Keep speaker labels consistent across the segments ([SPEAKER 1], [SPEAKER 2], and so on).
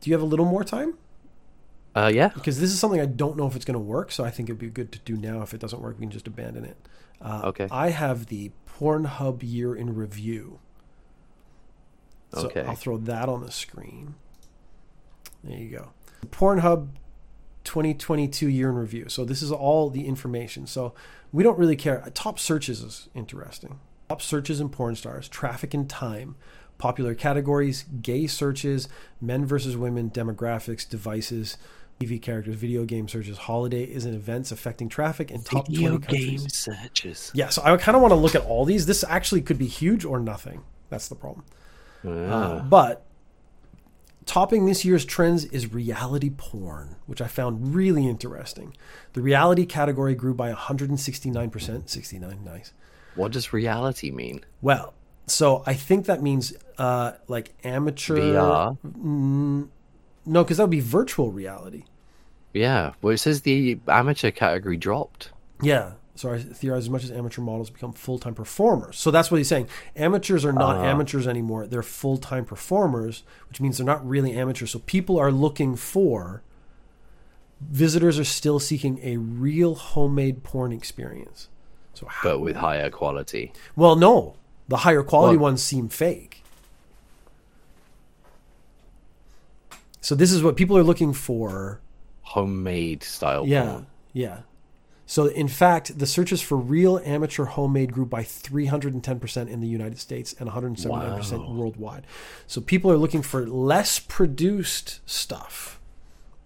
[SPEAKER 1] Do you have a little more time?
[SPEAKER 2] Uh, yeah.
[SPEAKER 1] Because this is something I don't know if it's going to work, so I think it'd be good to do now. If it doesn't work, we can just abandon it. Uh,
[SPEAKER 2] Okay.
[SPEAKER 1] I have the Pornhub year in review. So
[SPEAKER 2] Okay.
[SPEAKER 1] I'll throw that on the screen. There you go. Pornhub 2022 year in review. So this is all the information. So we don't really care. Top searches is interesting. Top searches in porn stars, traffic and time, popular categories, gay searches, men versus women, demographics, devices, TV characters, video game searches, holiday is in events affecting traffic, and top 20 countries.
[SPEAKER 2] searches.
[SPEAKER 1] Yeah, so I kind of want to look at all these. This actually could be huge or nothing. That's the problem. Uh, but topping this year's trends is reality porn, which I found really interesting. The reality category grew by 169%. 69, nice.
[SPEAKER 2] What does reality mean?
[SPEAKER 1] Well, so I think that means uh, like amateur.
[SPEAKER 2] VR.
[SPEAKER 1] No, because that would be virtual reality.
[SPEAKER 2] Yeah. Well, it says the amateur category dropped.
[SPEAKER 1] Yeah. So I theorize as much as amateur models become full time performers. So that's what he's saying. Amateurs are not amateurs anymore. They're full time performers, which means they're not really amateurs. So people are looking for visitors are still seeking a real homemade porn experience. So how
[SPEAKER 2] but with higher quality.
[SPEAKER 1] well no. The higher quality
[SPEAKER 2] Well-
[SPEAKER 1] ones seem fake. So this is what people are looking for
[SPEAKER 2] Homemade style.
[SPEAKER 1] yeah,
[SPEAKER 2] porn.
[SPEAKER 1] yeah. So in fact, the searches for real amateur homemade grew by 310% in the United States and 179% worldwide. So people are looking for less produced stuff,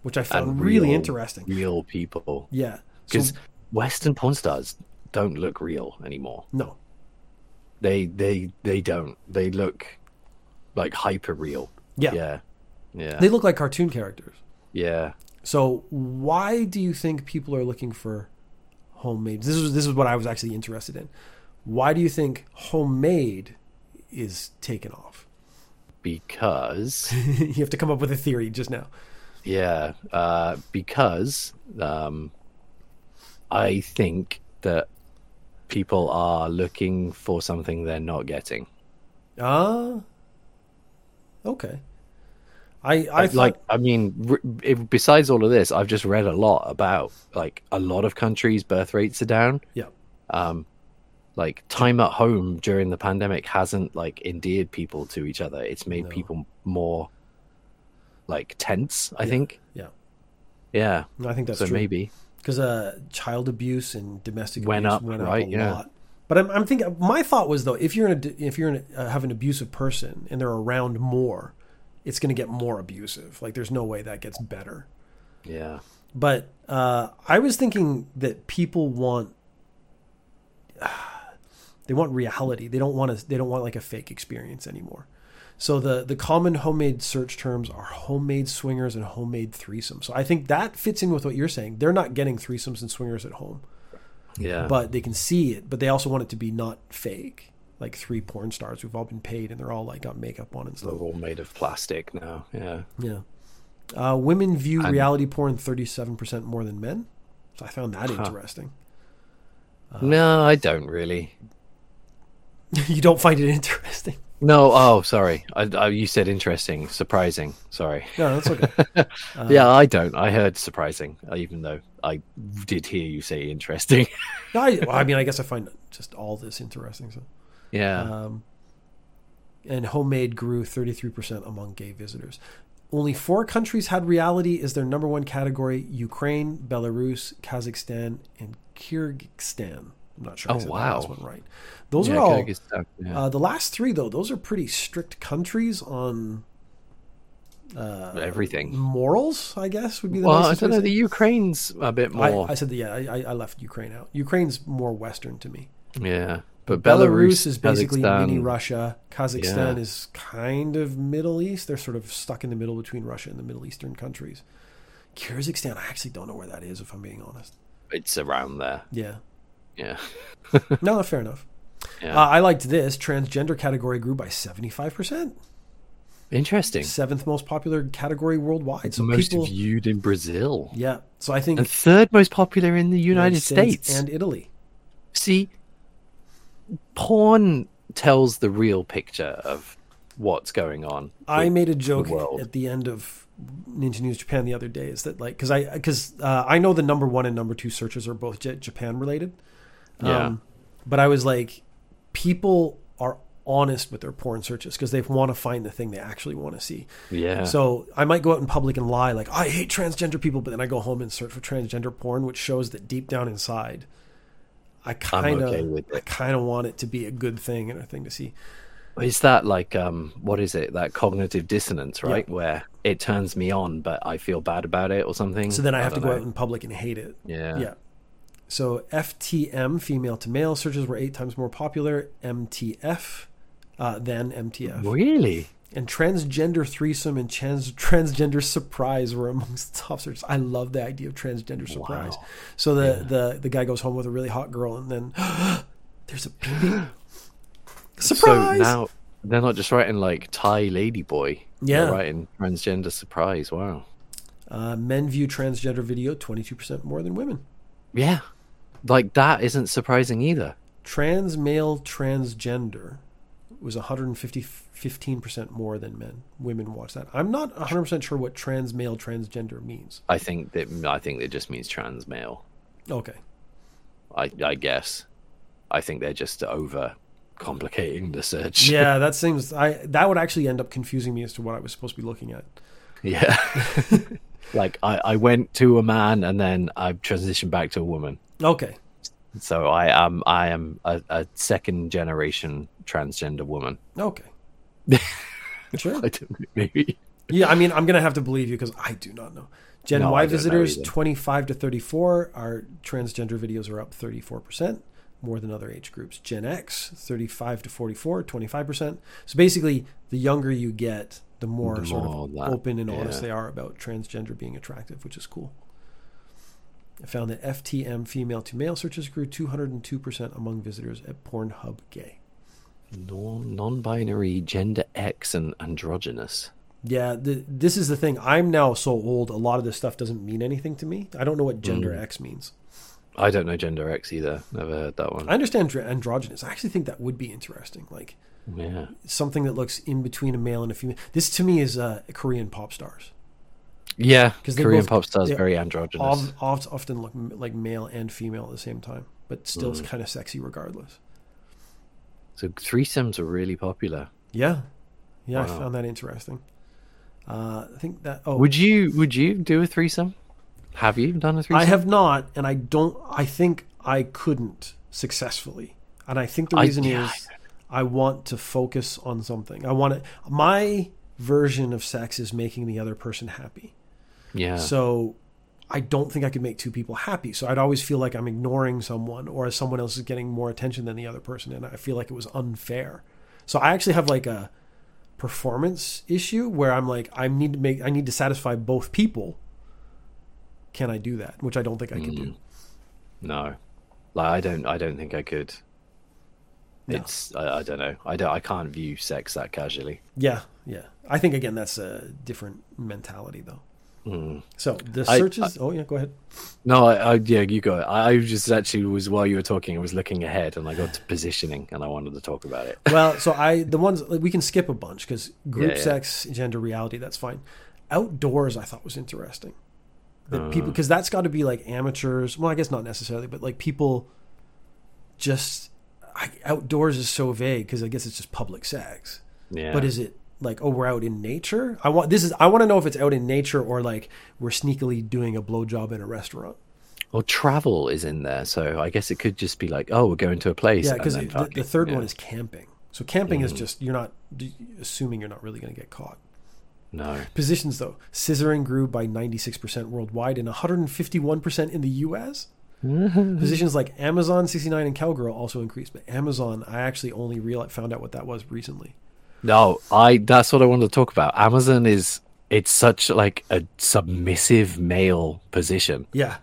[SPEAKER 1] which I found
[SPEAKER 2] And
[SPEAKER 1] Uh, really
[SPEAKER 2] real-
[SPEAKER 1] interesting.
[SPEAKER 2] Real people.
[SPEAKER 1] Yeah. So,
[SPEAKER 2] Because Western porn stars don't look real anymore.
[SPEAKER 1] no.
[SPEAKER 2] They they they don't. They look like hyper real.
[SPEAKER 1] Yeah.
[SPEAKER 2] Yeah. Yeah.
[SPEAKER 1] They look like cartoon characters.
[SPEAKER 2] yeah.
[SPEAKER 1] So why do you think people are looking for homemade? This is this is what I was actually interested in. Why do you think homemade is taken off?
[SPEAKER 2] Because
[SPEAKER 1] you have to come up with a theory just now.
[SPEAKER 2] Yeah, uh, because um, I think that people are looking for something they're not getting.
[SPEAKER 1] Ah. Okay. I I thought,
[SPEAKER 2] like, I mean, r- if, besides all of this, I've just read a lot about like a lot of countries' birth rates are down.
[SPEAKER 1] yeah.
[SPEAKER 2] Like, time at home during the pandemic hasn't like endeared people to each other. It's made people more like tense. I think.
[SPEAKER 1] Yeah.
[SPEAKER 2] Yeah.
[SPEAKER 1] No, I think that's
[SPEAKER 2] So
[SPEAKER 1] true.
[SPEAKER 2] maybe.
[SPEAKER 1] Cuz uh child abuse and domestic
[SPEAKER 2] Went
[SPEAKER 1] abuse
[SPEAKER 2] up,
[SPEAKER 1] went
[SPEAKER 2] right,
[SPEAKER 1] up a
[SPEAKER 2] yeah.
[SPEAKER 1] lot. But I'm I'm thinking my thought was though if you're in a, if you're in a, uh, have an abusive person and they're around more, it's going to get more abusive. Like there's no way that gets better.
[SPEAKER 2] Yeah.
[SPEAKER 1] But uh, I was thinking that people want they want reality. They don't want to. They don't want like a fake experience anymore. So the the common homemade search terms are homemade swingers and homemade threesomes. So I think that fits in with what you're saying. They're not getting threesomes and swingers at home,
[SPEAKER 2] Yeah.
[SPEAKER 1] but they can see it. But they also want it to be not fake, like three porn stars who've all been paid and they're all like got makeup on and
[SPEAKER 2] they're
[SPEAKER 1] stuff.
[SPEAKER 2] all made of plastic now. Yeah.
[SPEAKER 1] Yeah. Uh, women view reality porn 37% more than men. So I found that interesting.
[SPEAKER 2] No, I don't really.
[SPEAKER 1] you don't find it interesting.
[SPEAKER 2] No, oh, sorry. I, I, you said interesting, surprising. Sorry.
[SPEAKER 1] No, that's okay. Uh,
[SPEAKER 2] yeah, I don't. I heard surprising, even though I did hear you say interesting.
[SPEAKER 1] no, I, well, I mean, I guess I find just all this interesting. So. Um,
[SPEAKER 2] yeah,
[SPEAKER 1] Uh, And homemade grew 33% among gay visitors. Only four countries had reality as their number one category Ukraine, Belarus, Kazakhstan, and Kyrgyzstan. I'm not sure I
[SPEAKER 2] Oh,
[SPEAKER 1] said the
[SPEAKER 2] wow.
[SPEAKER 1] last one right. Those
[SPEAKER 2] yeah,
[SPEAKER 1] are all.
[SPEAKER 2] Kyrgyzstan, yeah.
[SPEAKER 1] Uh, the last three, though, those are pretty strict countries on uh,
[SPEAKER 2] everything.
[SPEAKER 1] morals. I guess would be the
[SPEAKER 2] Well, I
[SPEAKER 1] nicest
[SPEAKER 2] don't
[SPEAKER 1] way
[SPEAKER 2] know.
[SPEAKER 1] to
[SPEAKER 2] The
[SPEAKER 1] say
[SPEAKER 2] Ukraine's a bit
[SPEAKER 1] it.
[SPEAKER 2] more.
[SPEAKER 1] I, I said that. Yeah, I, I- I left Ukraine out. Ukraine's more Western to me.
[SPEAKER 2] yeah, but
[SPEAKER 1] Belarus,
[SPEAKER 2] Belarus,
[SPEAKER 1] is basically
[SPEAKER 2] Kazakhstan,
[SPEAKER 1] mini Russia. Kazakhstan
[SPEAKER 2] Yeah.
[SPEAKER 1] is kind of Middle East. They're sort of stuck in the middle between Russia and the Middle Eastern countries. Kyrgyzstan, I actually don't know where that is, if I'm being honest.
[SPEAKER 2] It's around there.
[SPEAKER 1] Yeah.
[SPEAKER 2] Yeah,
[SPEAKER 1] No, fair enough.
[SPEAKER 2] Yeah.
[SPEAKER 1] Uh, I liked this. Transgender category grew by 75%.
[SPEAKER 2] interesting.
[SPEAKER 1] Seventh most popular category worldwide. So
[SPEAKER 2] Most
[SPEAKER 1] people.
[SPEAKER 2] viewed in Brazil
[SPEAKER 1] Yeah. So I think
[SPEAKER 2] and third most popular in the United States.
[SPEAKER 1] and Italy.
[SPEAKER 2] See, porn tells the real picture of what's going on.
[SPEAKER 1] I
[SPEAKER 2] with
[SPEAKER 1] made a joke
[SPEAKER 2] world.
[SPEAKER 1] at the end of Ninja News Japan the other day is that like because I because uh, I know the number one and number two searches are both J- Japan related.
[SPEAKER 2] Yeah.
[SPEAKER 1] Um, but I was like, people are honest with their porn searches because they want to find the thing they actually want to see.
[SPEAKER 2] yeah.
[SPEAKER 1] So I might go out in public and lie like I hate transgender people, but then I go home and search for transgender porn, which shows that deep down inside, I kind of
[SPEAKER 2] okay with
[SPEAKER 1] I
[SPEAKER 2] it.
[SPEAKER 1] kind of want it to be a good thing and a thing to see.
[SPEAKER 2] Is that like um what is it? That cognitive dissonance, right? Where it turns me on but I feel bad about it or something.
[SPEAKER 1] So then I have to
[SPEAKER 2] Mm, don't
[SPEAKER 1] go
[SPEAKER 2] know.
[SPEAKER 1] out in public and hate it.
[SPEAKER 2] Yeah.
[SPEAKER 1] Yeah. So FTM, female to male searches, were eight times more popular MTF uh, than MTF.
[SPEAKER 2] Really?
[SPEAKER 1] And transgender threesome and trans- transgender surprise were amongst the top searches. I love the idea of transgender surprise.
[SPEAKER 2] Wow.
[SPEAKER 1] So the, the, the guy goes home with a really hot girl and then there's a baby. surprise!
[SPEAKER 2] So now they're not just writing like Thai lady boy.
[SPEAKER 1] Yeah.
[SPEAKER 2] They're writing transgender surprise. Wow.
[SPEAKER 1] uh, men view transgender video 22% more than women.
[SPEAKER 2] Yeah. Like that isn't surprising either.
[SPEAKER 1] Trans male transgender was 150 15% more than men. Women watch that. I'm not 100% sure what trans male transgender means.
[SPEAKER 2] I think that I think it just means trans male.
[SPEAKER 1] Okay.
[SPEAKER 2] I I guess. I think they're just over complicating the search.
[SPEAKER 1] Yeah, that seems I that would actually end up confusing me as to what I was supposed to be looking at.
[SPEAKER 2] Yeah. like I, I went to a man and then I transitioned back to a woman.
[SPEAKER 1] Okay.
[SPEAKER 2] So I am I am a, a second generation transgender woman.
[SPEAKER 1] Okay. Sure.
[SPEAKER 2] I don't know, maybe.
[SPEAKER 1] Yeah, I mean, I'm going to have to believe you cuz I do not know. Gen
[SPEAKER 2] No, I
[SPEAKER 1] Y
[SPEAKER 2] don't know
[SPEAKER 1] visitors
[SPEAKER 2] either.
[SPEAKER 1] 25 to 34 our transgender videos are up 34% more than other age groups. Gen X 35 to 44 25%. So basically, the younger you get, the more
[SPEAKER 2] The
[SPEAKER 1] sort
[SPEAKER 2] more
[SPEAKER 1] of
[SPEAKER 2] that-
[SPEAKER 1] open and honest
[SPEAKER 2] yeah.
[SPEAKER 1] they are about transgender being attractive, which is cool. I found that FTM female to male searches grew 202% among visitors at Pornhub Gay.
[SPEAKER 2] Non non binary, gender X and androgynous.
[SPEAKER 1] Yeah, the, this is the thing. I'm now so old. A lot of this stuff doesn't mean anything to me. I don't know what gender
[SPEAKER 2] Hmm.
[SPEAKER 1] X means.
[SPEAKER 2] I don't know gender X either. Never heard that one.
[SPEAKER 1] I understand dr- androgynous. I actually think that would be interesting. Like
[SPEAKER 2] Yeah.
[SPEAKER 1] something that looks in between a male and a female. This to me is uh, Korean pop stars.
[SPEAKER 2] Yeah.
[SPEAKER 1] 'Cause they
[SPEAKER 2] Korean
[SPEAKER 1] both- um,
[SPEAKER 2] pop stars
[SPEAKER 1] they-
[SPEAKER 2] very androgynous.
[SPEAKER 1] Of, of, often look m- like male and female at the same time, but still
[SPEAKER 2] Hmm.
[SPEAKER 1] it's kind of sexy regardless.
[SPEAKER 2] so threesomes are really popular.
[SPEAKER 1] Yeah, yeah, I
[SPEAKER 2] Wow.
[SPEAKER 1] found that interesting. Uh, I think that. Oh,
[SPEAKER 2] Would you would you do a threesome? Have you done a threesome?
[SPEAKER 1] I have not, and I don't. I think I couldn't successfully, and I think the
[SPEAKER 2] I-
[SPEAKER 1] reason
[SPEAKER 2] yeah,
[SPEAKER 1] is I want to focus on something. I want to. My version of sex is making the other person happy.
[SPEAKER 2] Yeah.
[SPEAKER 1] So I don't think I could make two people happy. So I'd always feel like I'm ignoring someone, or someone else is getting more attention than the other person, and I feel like it was unfair. So I actually have like a performance issue where I'm like, I need to make, I need to satisfy both people. Can I do that? Which I don't think I can
[SPEAKER 2] Mm.
[SPEAKER 1] do.
[SPEAKER 2] No, like I don't. I don't think I could.
[SPEAKER 1] No.
[SPEAKER 2] It's. I, I don't know. I don't. I can't view sex that casually.
[SPEAKER 1] Yeah, yeah. I think again that's a different mentality though. So the
[SPEAKER 2] Mm. I-
[SPEAKER 1] searches. oh yeah, go ahead.
[SPEAKER 2] No, I. I yeah, you go. I, I just actually was while you were talking, I was looking ahead and I got to positioning and I wanted to talk about it.
[SPEAKER 1] well, so I the ones like, we can skip a bunch because group
[SPEAKER 2] Yeah, yeah.
[SPEAKER 1] sex, gender reality, that's fine. Outdoors, I thought was interesting. That
[SPEAKER 2] Uh.
[SPEAKER 1] people because that's got to be like amateurs. Well, I guess not necessarily, but like people just I, outdoors is so vague because I guess it's just public sex.
[SPEAKER 2] Yeah.
[SPEAKER 1] But is it like oh we're out in nature? I want this is I want to know if it's out in nature or like we're sneakily doing a blowjob in a restaurant.
[SPEAKER 2] Well, travel is in there, so I guess it could just be like, oh, we're going to a place.
[SPEAKER 1] Yeah,
[SPEAKER 2] and
[SPEAKER 1] because
[SPEAKER 2] then
[SPEAKER 1] the, the
[SPEAKER 2] fucking,
[SPEAKER 1] third
[SPEAKER 2] yeah. Mm.
[SPEAKER 1] one is camping. So camping is just you're not d- assuming you're not really going to get caught.
[SPEAKER 2] no.
[SPEAKER 1] Positions though, scissoring grew by 96% worldwide and 151% in the US. Positions like Amazon 69 and Cowgirl also increased, but Amazon I actually only real found out what that was recently.
[SPEAKER 2] No, I that's what I wanted to talk about. Amazon is it's such like a submissive male position.
[SPEAKER 1] Yeah.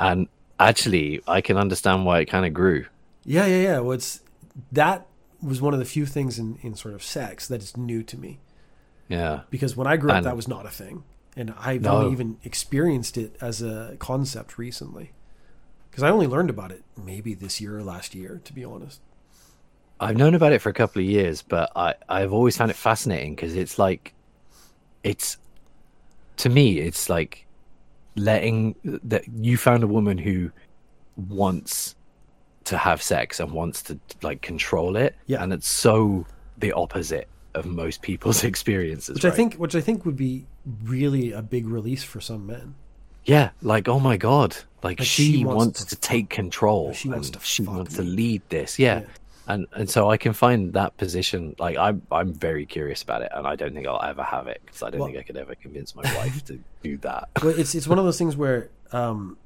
[SPEAKER 2] And actually I can understand why it kind of grew.
[SPEAKER 1] Yeah, yeah, yeah. Well, it's that was one of the few things in, in sort of sex that is new to me
[SPEAKER 2] Yeah.
[SPEAKER 1] because when I grew up
[SPEAKER 2] And-
[SPEAKER 1] that was not a thing and I've
[SPEAKER 2] No.
[SPEAKER 1] only even experienced it as a concept recently. Cuz I only learned about it maybe this year or last year to be honest.
[SPEAKER 2] I've known about it for a couple of years, but I, I've always found it fascinating because it's like, it's to me, it's like letting that you found a woman who wants to have sex and wants to like control it,
[SPEAKER 1] Yeah.
[SPEAKER 2] and it's so the opposite of most people's experiences.
[SPEAKER 1] which
[SPEAKER 2] right?
[SPEAKER 1] I think which I think would be really a big release for some men.
[SPEAKER 2] Yeah, like oh my god, like, she,
[SPEAKER 1] she wants
[SPEAKER 2] wants,
[SPEAKER 1] to
[SPEAKER 2] to, take control.
[SPEAKER 1] she wants
[SPEAKER 2] and
[SPEAKER 1] to
[SPEAKER 2] She
[SPEAKER 1] fuck
[SPEAKER 2] wants to
[SPEAKER 1] me.
[SPEAKER 2] lead this. Yeah. and and so I can find that position. Like I'm, I'm very curious about it, and I don't think I'll ever have it because I don't
[SPEAKER 1] Well-
[SPEAKER 2] think I could ever convince my wife to do that.
[SPEAKER 1] But it's it's one of those things where um,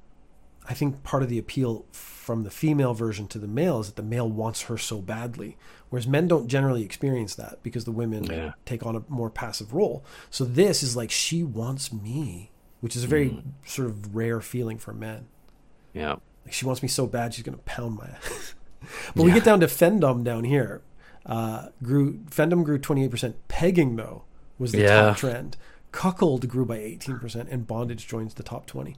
[SPEAKER 1] I think part of the appeal from the female version to the male is that the male wants her so badly, whereas men don't generally experience that because the women
[SPEAKER 2] Yeah.
[SPEAKER 1] take on a more passive role. So this is like she wants me, which is a very
[SPEAKER 2] Mm.
[SPEAKER 1] sort of rare feeling for men.
[SPEAKER 2] Yeah,
[SPEAKER 1] Like she wants me so bad, she's gonna pound my ass. but we get down to Fendom down here. Uh, grew Fendom grew twenty eight percent. Pegging though was the
[SPEAKER 2] Yeah.
[SPEAKER 1] top trend. Cuckold grew by eighteen percent, and bondage joins the top twenty.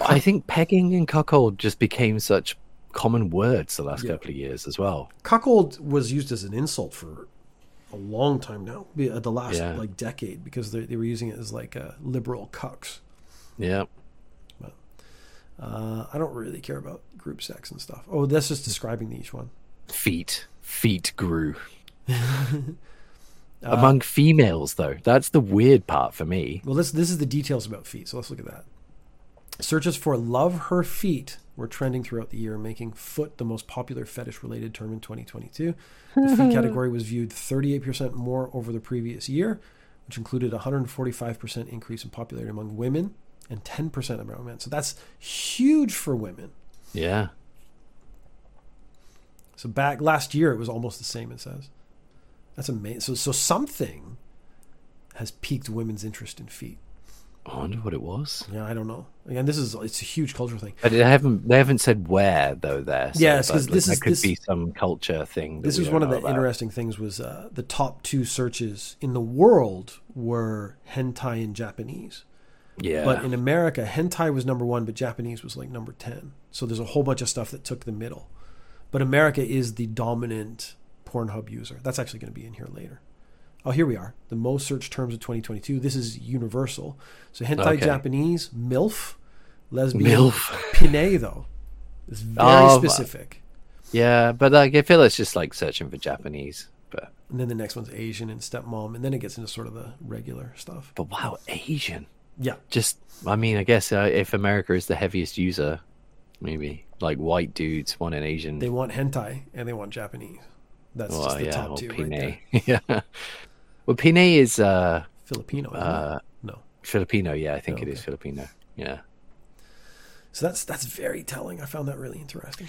[SPEAKER 2] I think pegging and cuckold just became such common words the last couple of years as well.
[SPEAKER 1] Cuckold was used as an insult for a long time now, be- uh, the last
[SPEAKER 2] Yeah.
[SPEAKER 1] like decade, because they, they were using it as like uh, liberal cucks.
[SPEAKER 2] Yeah,
[SPEAKER 1] Uh, I don't really care about group sex and stuff. Oh, that's just describing each one.
[SPEAKER 2] feet, feet grew.
[SPEAKER 1] Uh,
[SPEAKER 2] Among females, though, that's the weird part for me.
[SPEAKER 1] Well, this this is the details about feet. So let's look at that. Searches for love her feet were trending throughout the year, making foot the most popular fetish related term in 2022. The feet category was viewed 38% more over the previous year, which included a 145% increase in popularity among women and 10% among men. So that's huge for women.
[SPEAKER 2] Yeah,
[SPEAKER 1] So back last year, it was almost the same. It says that's amazing. So so something has piqued women's interest in feet.
[SPEAKER 2] I wonder what it was.
[SPEAKER 1] Yeah, I don't know. Again, this is it's a huge cultural thing.
[SPEAKER 2] But they haven't they haven't said where though. There, so,
[SPEAKER 1] Yes,
[SPEAKER 2] but,
[SPEAKER 1] 'cause
[SPEAKER 2] like,
[SPEAKER 1] this
[SPEAKER 2] there
[SPEAKER 1] is-
[SPEAKER 2] could
[SPEAKER 1] this-
[SPEAKER 2] be some culture thing. That
[SPEAKER 1] This
[SPEAKER 2] we
[SPEAKER 1] was
[SPEAKER 2] don't
[SPEAKER 1] one of
[SPEAKER 2] know
[SPEAKER 1] the
[SPEAKER 2] about.
[SPEAKER 1] interesting things was uh, the top two searches in the world were hentai and Japanese.
[SPEAKER 2] Yeah,
[SPEAKER 1] But in America, hentai was number one, but Japanese was like number ten. So there's a whole bunch of stuff that took the middle. But America is the dominant Pornhub user. That's actually going to be in here later. Oh, here we are. The most searched terms of 2022. This is universal. So hentai
[SPEAKER 2] Okay.
[SPEAKER 1] Japanese, MILF, lesbian,
[SPEAKER 2] MILF.
[SPEAKER 1] Pinay though. It's very
[SPEAKER 2] Oh,
[SPEAKER 1] specific.
[SPEAKER 2] yeah, but like I feel it's just like searching for Japanese. But
[SPEAKER 1] And then the next one's Asian and stepmom, and then it gets into sort of the regular stuff.
[SPEAKER 2] but wow, Asian.
[SPEAKER 1] Yeah,
[SPEAKER 2] Just I mean, I guess uh, if America is the heaviest user, maybe like white dudes want an Asian.
[SPEAKER 1] they want hentai and they want Japanese. That's
[SPEAKER 2] well,
[SPEAKER 1] just the
[SPEAKER 2] yeah,
[SPEAKER 1] top
[SPEAKER 2] or
[SPEAKER 1] two right there.
[SPEAKER 2] Pinay. yeah. Well, Pinay is uh,
[SPEAKER 1] Filipino. isn't it?
[SPEAKER 2] uh,
[SPEAKER 1] no.
[SPEAKER 2] Filipino. Yeah, I think
[SPEAKER 1] Oh,
[SPEAKER 2] it is Filipino. Yeah,
[SPEAKER 1] So that's that's very telling. I found that really interesting.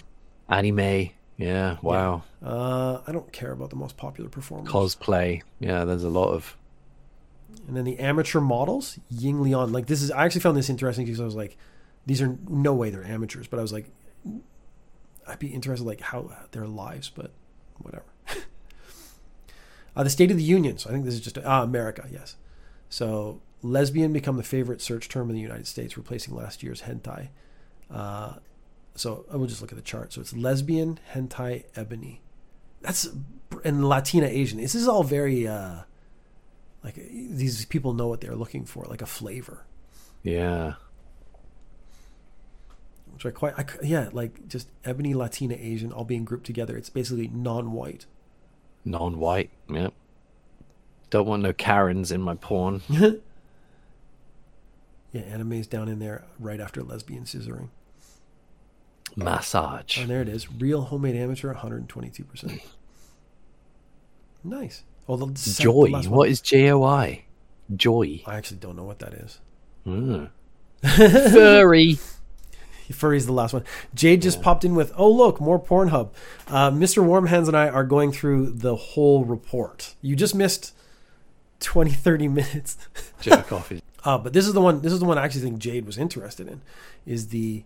[SPEAKER 2] anime. Yeah, wow.
[SPEAKER 1] Uh, I don't care about the most popular performers.
[SPEAKER 2] Cosplay. Yeah, there's a lot of
[SPEAKER 1] And then the amateur models, Ying Leon. Like this is I actually found this interesting because I was like, these are no way they're amateurs, but I was like, I'd be interested like how their lives, but whatever. uh, the State of the Union. So I think this is just ah America, yes. So lesbian become the favorite search term in the United States, replacing last year's hentai. Uh, so I will just look at the chart. So it's lesbian, hentai, ebony. That's and Latina Asian. This is all very uh, like eh, these people know what they're looking for, like a flavor.
[SPEAKER 2] yeah.
[SPEAKER 1] Which I quite, I c yeah, like just ebony, Latina, Asian, all being grouped together. It's basically non-white.
[SPEAKER 2] Non-white. Yep. Don't want no Karens in my porn.
[SPEAKER 1] Yeah, anime's down in there right after lesbian scissoring.
[SPEAKER 2] Massage.
[SPEAKER 1] And there it is, real homemade amateur, 122 percent. Nice. Oh, the, the sec- the
[SPEAKER 2] Joy.
[SPEAKER 1] last one-
[SPEAKER 2] What is J O I? Joy.
[SPEAKER 1] I actually don't know what that is.
[SPEAKER 2] Mm. Furry.
[SPEAKER 1] Furry's the last one. Jade just popped in with, "Oh look, more Pornhub." Uh, Mr. Warm Hands and I are going through the whole report. You just missed 20, 30 minutes.
[SPEAKER 2] Jerk off is
[SPEAKER 1] Uh, but this is the one. This is the one I actually think Jade was interested in, is the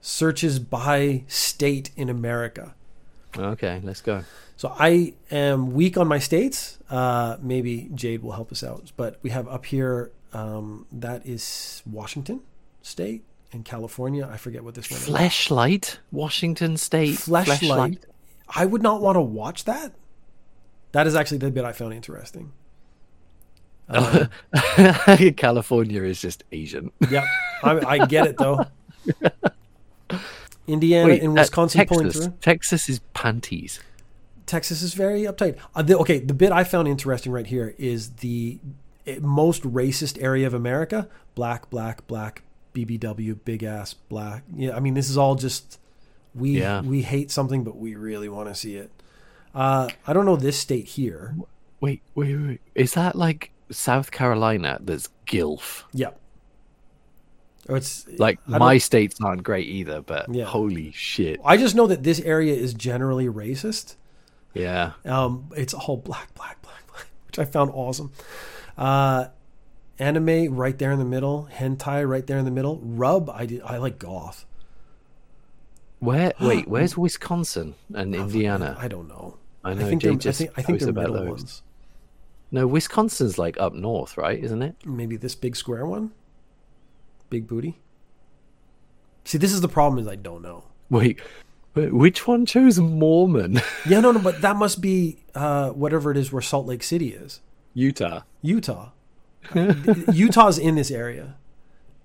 [SPEAKER 1] searches by state in America.
[SPEAKER 2] okay. Let's go.
[SPEAKER 1] So I am weak on my states. Uh, maybe Jade will help us out. But we have up here um, that is Washington State and California. I forget what this one is.
[SPEAKER 2] Fleshlight. Washington State.
[SPEAKER 1] Fleshlight. I would not want to watch that. That is actually the bit I found interesting.
[SPEAKER 2] California is just Asian.
[SPEAKER 1] Yeah, I, I get it though. Indiana
[SPEAKER 2] Wait,
[SPEAKER 1] and
[SPEAKER 2] uh,
[SPEAKER 1] Wisconsin pulling
[SPEAKER 2] Texas.
[SPEAKER 1] through.
[SPEAKER 2] Texas is panties.
[SPEAKER 1] Texas is very uptight. Uh, the, okay, the bit I found interesting right here is the eh, most racist area of America: black, black, black, BBW, big ass, black. Yeah, I mean this is all just we
[SPEAKER 2] Yeah.
[SPEAKER 1] we hate something, but we really want to see it. Uh, I don't know this state here.
[SPEAKER 2] Wait, wait, wait, wait. Is that like South Carolina that's GILF?
[SPEAKER 1] Yeah, or it's
[SPEAKER 2] Like
[SPEAKER 1] I don't-
[SPEAKER 2] my states aren't great either, but
[SPEAKER 1] Yeah.
[SPEAKER 2] holy shit.
[SPEAKER 1] I just know that this area is generally racist.
[SPEAKER 2] Yeah.
[SPEAKER 1] Um, it's all black, black, black, black, which I found awesome. Uh, anime right there in the middle, hentai right there in the middle. Rub, I did, I like goth.
[SPEAKER 2] Where wait, where's Wisconsin and Indiana?
[SPEAKER 1] I don't know.
[SPEAKER 2] I know
[SPEAKER 1] think
[SPEAKER 2] Jay
[SPEAKER 1] they're, I
[SPEAKER 2] just
[SPEAKER 1] think, I think
[SPEAKER 2] knows
[SPEAKER 1] they're
[SPEAKER 2] about
[SPEAKER 1] middle
[SPEAKER 2] those.
[SPEAKER 1] ones.
[SPEAKER 2] No, Wisconsin's like up north, right? Isn't it?
[SPEAKER 1] Maybe this big square one, big booty. See, this is the problem is I don't know.
[SPEAKER 2] Wait, wait which one chose Mormon?
[SPEAKER 1] Yeah, no, no, but that must be uh, whatever it is where Salt Lake City is,
[SPEAKER 2] Utah.
[SPEAKER 1] Utah. Utah's in this area.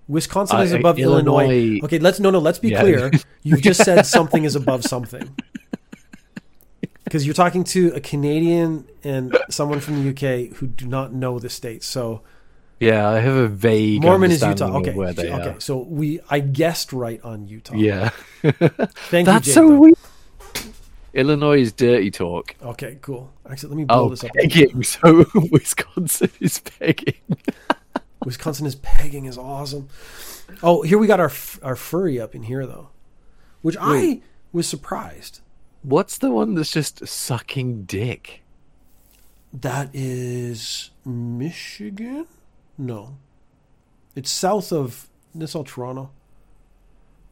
[SPEAKER 1] Wisconsin
[SPEAKER 2] I-
[SPEAKER 1] is
[SPEAKER 2] I-
[SPEAKER 1] above Illinois.
[SPEAKER 2] Uh, Illinois-
[SPEAKER 1] Okay, let's no no. Let's be
[SPEAKER 2] Yeah.
[SPEAKER 1] clear. You've just said something is above something because you're talking to a Canadian and someone from the UK who do not know the state. So
[SPEAKER 2] Yeah, I have a vague
[SPEAKER 1] Mormon is
[SPEAKER 2] understanding
[SPEAKER 1] Utah.
[SPEAKER 2] of
[SPEAKER 1] Okay,
[SPEAKER 2] where they
[SPEAKER 1] okay.
[SPEAKER 2] are.
[SPEAKER 1] So we I guessed right on Utah.
[SPEAKER 2] Yeah,
[SPEAKER 1] thank
[SPEAKER 2] that's
[SPEAKER 1] you. Jake,
[SPEAKER 2] so
[SPEAKER 1] though.
[SPEAKER 2] weird. Illinois is dirty talk.
[SPEAKER 1] Okay, cool. Actually, let me blow
[SPEAKER 2] Oh,
[SPEAKER 1] this up.
[SPEAKER 2] pegging. So Wisconsin is pegging.
[SPEAKER 1] Wisconsin is pegging is awesome. Oh, here we got our f- our furry up in here though, which I was surprised.
[SPEAKER 2] What's the one that's just sucking dick?
[SPEAKER 1] That is Michigan? No. It's south of that's all Toronto.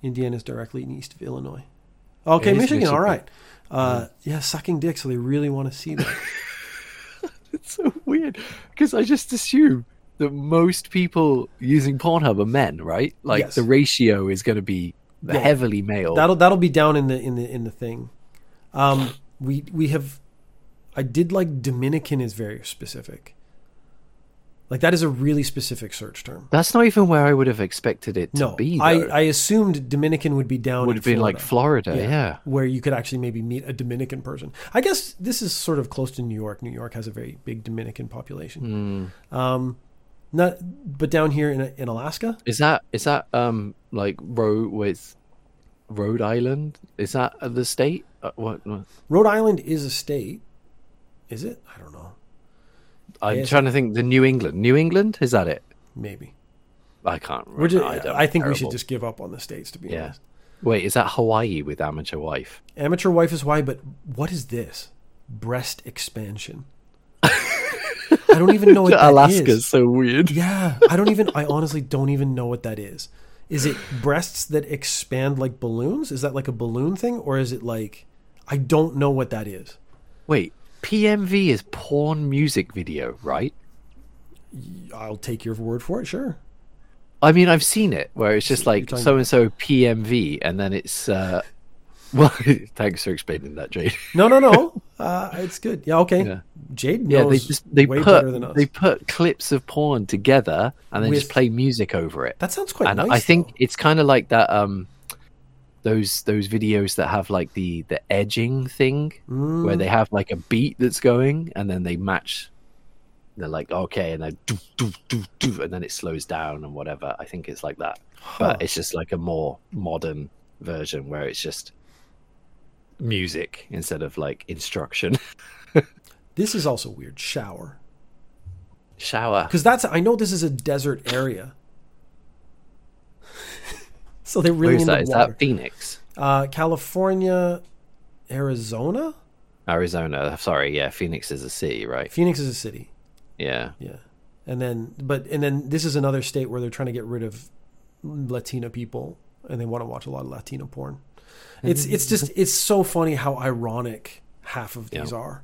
[SPEAKER 1] Indiana's directly east of Illinois. Okay,
[SPEAKER 2] It is
[SPEAKER 1] Michigan, all
[SPEAKER 2] Michigan.
[SPEAKER 1] right. Uh, yeah, sucking dick, so they really want to see that.
[SPEAKER 2] It's so weird because I just assume that most people using Pornhub are men, right? Like
[SPEAKER 1] Yes.
[SPEAKER 2] the ratio is going to be
[SPEAKER 1] Yeah.
[SPEAKER 2] heavily male.
[SPEAKER 1] that'll that'll be down in the in the in the thing. Um, we we have I did like Dominican is very specific. Like that is a really specific search term.
[SPEAKER 2] That's not even where I would have expected it to
[SPEAKER 1] No,
[SPEAKER 2] be.
[SPEAKER 1] I,
[SPEAKER 2] though.
[SPEAKER 1] I assumed Dominican would be down.
[SPEAKER 2] would
[SPEAKER 1] in
[SPEAKER 2] have been like Florida, yeah.
[SPEAKER 1] Where you could actually maybe meet a Dominican person. I guess this is sort of close to New York. New York has a very big Dominican population.
[SPEAKER 2] Hmm.
[SPEAKER 1] Um, not, but down here in, in Alaska,
[SPEAKER 2] Is that is that um like Ro with Rhode Island? Is that the state? Uh, what? what-
[SPEAKER 1] Rhode Island is a state. Is it? I don't know.
[SPEAKER 2] I'm
[SPEAKER 1] Yes.
[SPEAKER 2] trying to think. The New England, New England, is that it?
[SPEAKER 1] Maybe.
[SPEAKER 2] I can't. Remember.
[SPEAKER 1] We're just,
[SPEAKER 2] I, don't,
[SPEAKER 1] I, think we
[SPEAKER 2] terrible.
[SPEAKER 1] should just give up on the states, to be
[SPEAKER 2] Yeah.
[SPEAKER 1] honest.
[SPEAKER 2] Wait, is that Hawaii with amateur wife?
[SPEAKER 1] Amateur wife is why, but what is this? Breast expansion. I don't even know what that is.
[SPEAKER 2] Alaska's so weird.
[SPEAKER 1] Yeah, I don't even. I honestly don't even know what that is. Is it breasts that expand like balloons? Is that like a balloon thing, or is it like I don't know what that is?
[SPEAKER 2] Wait, PMV is porn music video, right?
[SPEAKER 1] I'll take your word for it. Sure.
[SPEAKER 2] I mean, I've seen it where it's just like
[SPEAKER 1] talking-
[SPEAKER 2] so and so PMV, and then it's. uh Well, thanks for explaining that, Jade.
[SPEAKER 1] No, no, no. uh, it's good. Yeah. Okay.
[SPEAKER 2] Yeah.
[SPEAKER 1] Jade knows
[SPEAKER 2] Yeah, they just they
[SPEAKER 1] way
[SPEAKER 2] put
[SPEAKER 1] better than us.
[SPEAKER 2] they put clips of porn together and then just
[SPEAKER 1] With-
[SPEAKER 2] play music over it.
[SPEAKER 1] that sounds quite
[SPEAKER 2] and
[SPEAKER 1] nice.
[SPEAKER 2] I think
[SPEAKER 1] though.
[SPEAKER 2] it's kind of like that. Um, those those videos that have like the the edging thing where
[SPEAKER 1] Mm.
[SPEAKER 2] they have like a beat that's going and then they match. They're like okay, and then do do do do, and then it slows down and whatever. I think it's like that,
[SPEAKER 1] Huh.
[SPEAKER 2] but it's just like a more modern version where it's just music instead of like instruction.
[SPEAKER 1] this is also weird. Shower.
[SPEAKER 2] Shower.
[SPEAKER 1] Because that's I know this is a desert area. so they're really
[SPEAKER 2] Where is
[SPEAKER 1] in
[SPEAKER 2] that?
[SPEAKER 1] the
[SPEAKER 2] Is
[SPEAKER 1] water.
[SPEAKER 2] that Phoenix,
[SPEAKER 1] uh, California, Arizona.
[SPEAKER 2] Arizona? Sorry, yeah, Phoenix is a city, right?
[SPEAKER 1] Phoenix is a city.
[SPEAKER 2] Yeah.
[SPEAKER 1] Yeah. And then but and then this is another state where they're trying to get rid of Latina people and they want to watch a lot of Latino porn. It's it's just it's so funny how ironic half of these
[SPEAKER 2] Mm-hmm. Yeah.
[SPEAKER 1] are.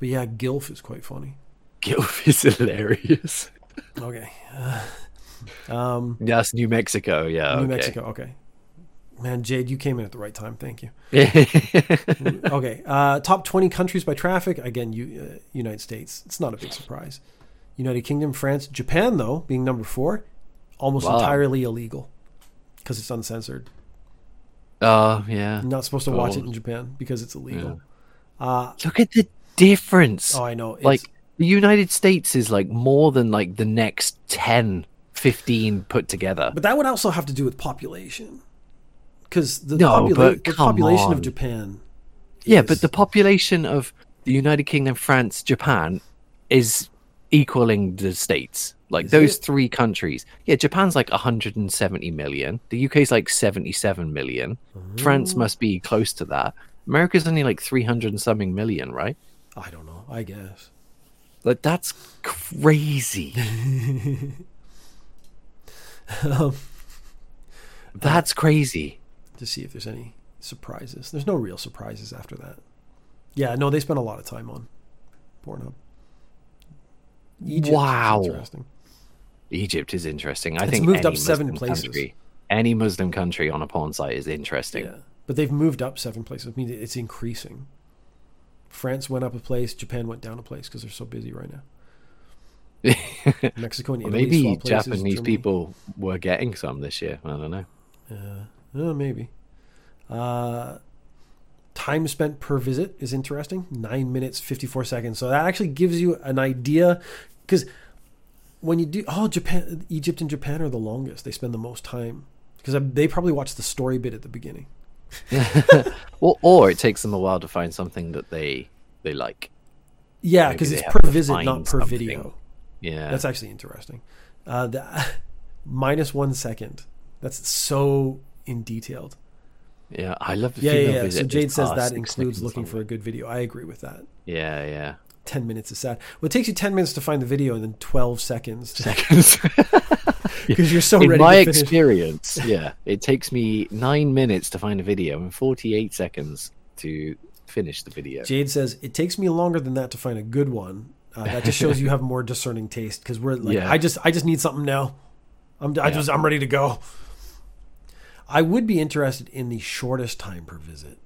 [SPEAKER 1] But yeah, GILF is quite funny.
[SPEAKER 2] Gilf is hilarious.
[SPEAKER 1] Okay.
[SPEAKER 2] That's New Mexico. Yeah.
[SPEAKER 1] New
[SPEAKER 2] okay.
[SPEAKER 1] Mexico, okay. Man, Jade, you came in at the right time. Thank you.
[SPEAKER 2] yeah,
[SPEAKER 1] okay, uh, top twenty countries by traffic. Again, you, uh, United States. It's not a big surprise. United Kingdom, France, Japan, though being number four, almost
[SPEAKER 2] Wow.
[SPEAKER 1] entirely illegal because it's uncensored.
[SPEAKER 2] oh yeah.
[SPEAKER 1] You're not supposed to watch
[SPEAKER 2] Oh.
[SPEAKER 1] it in Japan because it's illegal. Uh,
[SPEAKER 2] Look at the difference.
[SPEAKER 1] oh, I know. It's,
[SPEAKER 2] like the United States is like more than like the next 10, 15 put together.
[SPEAKER 1] But that would also have to do with population, because the,
[SPEAKER 2] No,
[SPEAKER 1] popula-
[SPEAKER 2] but
[SPEAKER 1] the
[SPEAKER 2] come
[SPEAKER 1] population of
[SPEAKER 2] on.
[SPEAKER 1] Japan.
[SPEAKER 2] yeah,
[SPEAKER 1] is-
[SPEAKER 2] but the population of the United Kingdom, France, Japan is equaling the states. Like those three countries. Yeah, Japan's like 170 million. The UK's like 77 million. France must be close to that. America's only like 300 and something million, right?
[SPEAKER 1] I don't know. I guess.
[SPEAKER 2] Like that's crazy. that's crazy.
[SPEAKER 1] to see if there's any surprises. There's no real surprises after that. Yeah, no, they spent a lot of time on Pornhub. Egypt,
[SPEAKER 2] Wow.
[SPEAKER 1] interesting.
[SPEAKER 2] Egypt is interesting. I
[SPEAKER 1] It's
[SPEAKER 2] think
[SPEAKER 1] moved
[SPEAKER 2] any
[SPEAKER 1] up seven
[SPEAKER 2] Muslim
[SPEAKER 1] places.
[SPEAKER 2] country- any Muslim country on a porn site is interesting.
[SPEAKER 1] Yeah, but they've moved up seven places. I mean, it's increasing. France went up a place. Japan went down a place because they're so busy right now. Mexico and
[SPEAKER 2] Or
[SPEAKER 1] Italy,
[SPEAKER 2] Maybe
[SPEAKER 1] swap places,
[SPEAKER 2] Japanese
[SPEAKER 1] Germany.
[SPEAKER 2] people were getting some this year. I don't know.
[SPEAKER 1] Uh, maybe. Uh, time spent per visit is interesting. Nine minutes, 54 seconds. So that actually gives you an idea. Because when you do, oh, Japan, Egypt and Japan are the longest. They spend the most time. Because they probably watch the story bit at the beginning.
[SPEAKER 2] Or, or it takes them a while to find something that they they like.
[SPEAKER 1] Yeah,
[SPEAKER 2] Maybe
[SPEAKER 1] because
[SPEAKER 2] they
[SPEAKER 1] it's
[SPEAKER 2] have
[SPEAKER 1] per
[SPEAKER 2] to
[SPEAKER 1] visit,
[SPEAKER 2] find
[SPEAKER 1] not per
[SPEAKER 2] something.
[SPEAKER 1] video.
[SPEAKER 2] Yeah,
[SPEAKER 1] That's actually interesting. Uh, the, minus one second. That's so in detailed.
[SPEAKER 2] yeah. I love the
[SPEAKER 1] Yeah,
[SPEAKER 2] female
[SPEAKER 1] yeah, yeah.
[SPEAKER 2] visit
[SPEAKER 1] So
[SPEAKER 2] is
[SPEAKER 1] Jade says
[SPEAKER 2] past
[SPEAKER 1] that
[SPEAKER 2] six
[SPEAKER 1] includes
[SPEAKER 2] seconds
[SPEAKER 1] looking
[SPEAKER 2] long.
[SPEAKER 1] for a good video. I agree with that.
[SPEAKER 2] Yeah, yeah.
[SPEAKER 1] 10 minutes is sad. Well, it takes you 10 minutes to find the video and then 12 seconds
[SPEAKER 2] Seconds.
[SPEAKER 1] because you're so
[SPEAKER 2] In
[SPEAKER 1] ready
[SPEAKER 2] my
[SPEAKER 1] to finish.
[SPEAKER 2] experience, yeah, it takes me nine minutes to find a video and 48 seconds to finish the video.
[SPEAKER 1] Jade says, It takes me longer than that to find a good one. Uh, that just shows you have more discerning taste because we're like,
[SPEAKER 2] Yeah.
[SPEAKER 1] I just, I just need something now. I'm, I just, I'm ready to go. I would be interested in the shortest time per visit.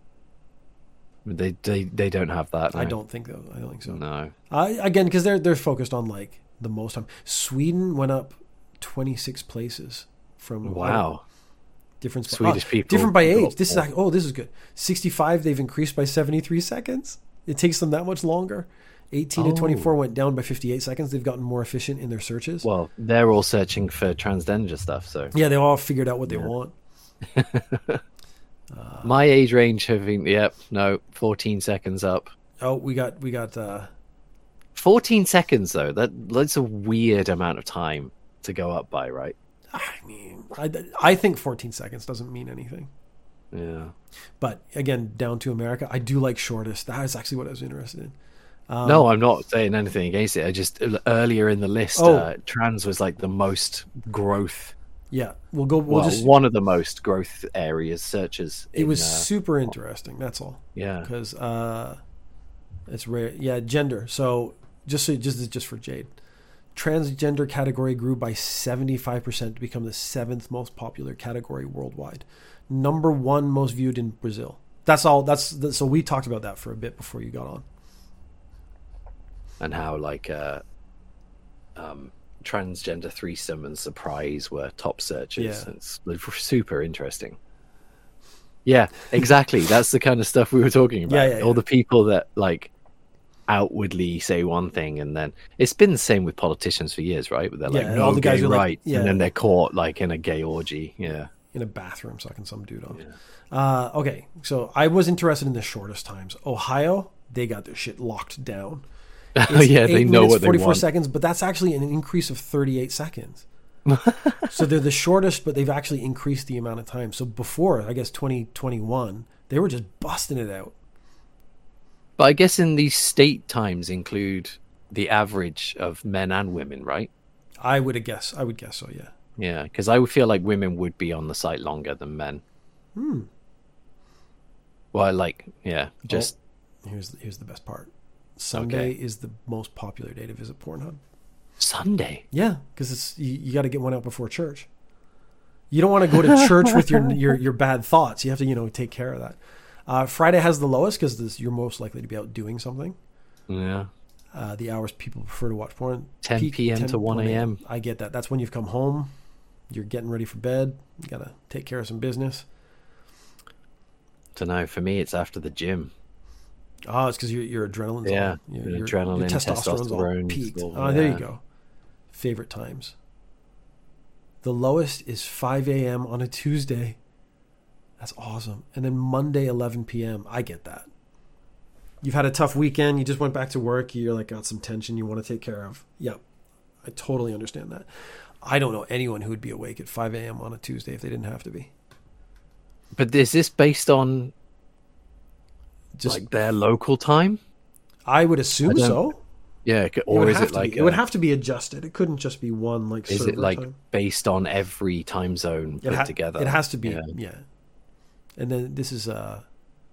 [SPEAKER 2] They, they, they don't have that.
[SPEAKER 1] I
[SPEAKER 2] no.
[SPEAKER 1] don't think though. I don't think so.
[SPEAKER 2] No.
[SPEAKER 1] Uh, again, because they're they're focused on like the most time. Sweden went up 26 places from
[SPEAKER 2] Wow.
[SPEAKER 1] different sp-
[SPEAKER 2] Swedish people
[SPEAKER 1] oh, different by
[SPEAKER 2] go
[SPEAKER 1] age. This is
[SPEAKER 2] for-
[SPEAKER 1] like, oh, this is good. Sixty-five, they've increased by seventy-three seconds. It takes them that much longer. Eighteen
[SPEAKER 2] Oh.
[SPEAKER 1] to twenty-four went down by fifty-eight seconds. They've gotten more efficient in their searches.
[SPEAKER 2] Well, they're all searching for transgender stuff. So
[SPEAKER 1] yeah, they all figured out what they want.
[SPEAKER 2] my age range have been, yep, no, 14 seconds up.
[SPEAKER 1] Oh, we got we got uh,
[SPEAKER 2] 14 seconds, though. That, that's a weird amount of time to go up by, right?
[SPEAKER 1] I mean, I, I think fourteen seconds doesn't mean anything.
[SPEAKER 2] Yeah.
[SPEAKER 1] But again, down to America, I do like shortest. That is actually what I was interested in. Um,
[SPEAKER 2] no, I'm not saying anything against it. I just uh, earlier in the list,
[SPEAKER 1] Oh.
[SPEAKER 2] uh, trans was like the most growth
[SPEAKER 1] Yeah, we'll go. We'll
[SPEAKER 2] well,
[SPEAKER 1] just.
[SPEAKER 2] one of the most growth areas searches.
[SPEAKER 1] It
[SPEAKER 2] in,
[SPEAKER 1] was
[SPEAKER 2] uh,
[SPEAKER 1] super interesting. That's all.
[SPEAKER 2] yeah,
[SPEAKER 1] because uh, it's rare. Yeah, gender. So just so just just for Jade, transgender category grew by seventy five percent to become the seventh most popular category worldwide. Number one most viewed in Brazil. That's all. That's that, so we talked about that for a bit before you got on.
[SPEAKER 2] and how like uh, um, transgender threesome and surprise were top searches.
[SPEAKER 1] Yeah.
[SPEAKER 2] It's super interesting. Yeah, exactly. That's the kind of stuff we were talking about.
[SPEAKER 1] yeah, yeah.
[SPEAKER 2] All the people that like outwardly say one thing and then it's been the same with politicians for years, right? Where they're like,
[SPEAKER 1] Yeah, and
[SPEAKER 2] no
[SPEAKER 1] all the guys
[SPEAKER 2] gay
[SPEAKER 1] are like-
[SPEAKER 2] rights,
[SPEAKER 1] yeah.
[SPEAKER 2] and then they're caught like in a gay orgy. Yeah.
[SPEAKER 1] in a bathroom sucking some dude off. Uh, okay, so I was interested in the shortest times. Ohio, they got their shit locked down. It's
[SPEAKER 2] Yeah, they
[SPEAKER 1] eight
[SPEAKER 2] know
[SPEAKER 1] minutes,
[SPEAKER 2] what they
[SPEAKER 1] 44
[SPEAKER 2] want.
[SPEAKER 1] seconds, but that's actually an increase of 38 seconds. so they're the shortest, but they've actually increased the amount of time. So before, I guess 2021, they were just busting it out.
[SPEAKER 2] But I guess in these state times include the average of men and women, right?
[SPEAKER 1] I would have guess. I would guess so. Yeah.
[SPEAKER 2] Yeah, because I would feel like women would be on the site longer than men. Hmm. Well, like, yeah,
[SPEAKER 1] Oh.
[SPEAKER 2] just
[SPEAKER 1] Here's the, here's the best part. Sunday is the most popular day to visit Pornhub.
[SPEAKER 2] Sunday.
[SPEAKER 1] Yeah, because it's you, you got to get one out before church. You don't want to go to church with your, your your bad thoughts. You have to you know take care of that. Uh, Friday has the lowest because you're most likely to be out doing something.
[SPEAKER 2] Yeah.
[SPEAKER 1] Uh, the hours people prefer to watch porn.
[SPEAKER 2] 10
[SPEAKER 1] Peak
[SPEAKER 2] p.m. to 1 a.m..
[SPEAKER 1] I get that. That's when you've come home. You're getting ready for bed. You gotta take care of some business.
[SPEAKER 2] Don't know. For me, it's after the gym.
[SPEAKER 1] Oh, it's because your your adrenaline's
[SPEAKER 2] Yeah,
[SPEAKER 1] on. Your,
[SPEAKER 2] your
[SPEAKER 1] your-
[SPEAKER 2] adrenaline,
[SPEAKER 1] your testosterone's all
[SPEAKER 2] testosterone is
[SPEAKER 1] peaked.
[SPEAKER 2] all-
[SPEAKER 1] oh, there you
[SPEAKER 2] yeah.
[SPEAKER 1] go. Favorite times. The lowest is 5 a.m. on a Tuesday. That's awesome. And then Monday 11 p.m. I get that. You've had a tough weekend. You just went back to work. You're like got some tension you want to take care of. Yep, I totally understand that. I don't know anyone who would be awake at 5 a.m. on a Tuesday if they didn't have to be.
[SPEAKER 2] But is this based on
[SPEAKER 1] Just
[SPEAKER 2] like their local time?
[SPEAKER 1] I would assume
[SPEAKER 2] don't-
[SPEAKER 1] so.
[SPEAKER 2] Yeah. c-
[SPEAKER 1] It
[SPEAKER 2] Or
[SPEAKER 1] would
[SPEAKER 2] is
[SPEAKER 1] have
[SPEAKER 2] it
[SPEAKER 1] to be-
[SPEAKER 2] like
[SPEAKER 1] it would
[SPEAKER 2] uh,
[SPEAKER 1] have to be adjusted. It couldn't just be one like.
[SPEAKER 2] is it
[SPEAKER 1] server
[SPEAKER 2] like
[SPEAKER 1] time.
[SPEAKER 2] based on every time zone
[SPEAKER 1] it
[SPEAKER 2] put
[SPEAKER 1] ha-
[SPEAKER 2] together?
[SPEAKER 1] It has to be, yeah.
[SPEAKER 2] Yeah.
[SPEAKER 1] And then this is uh,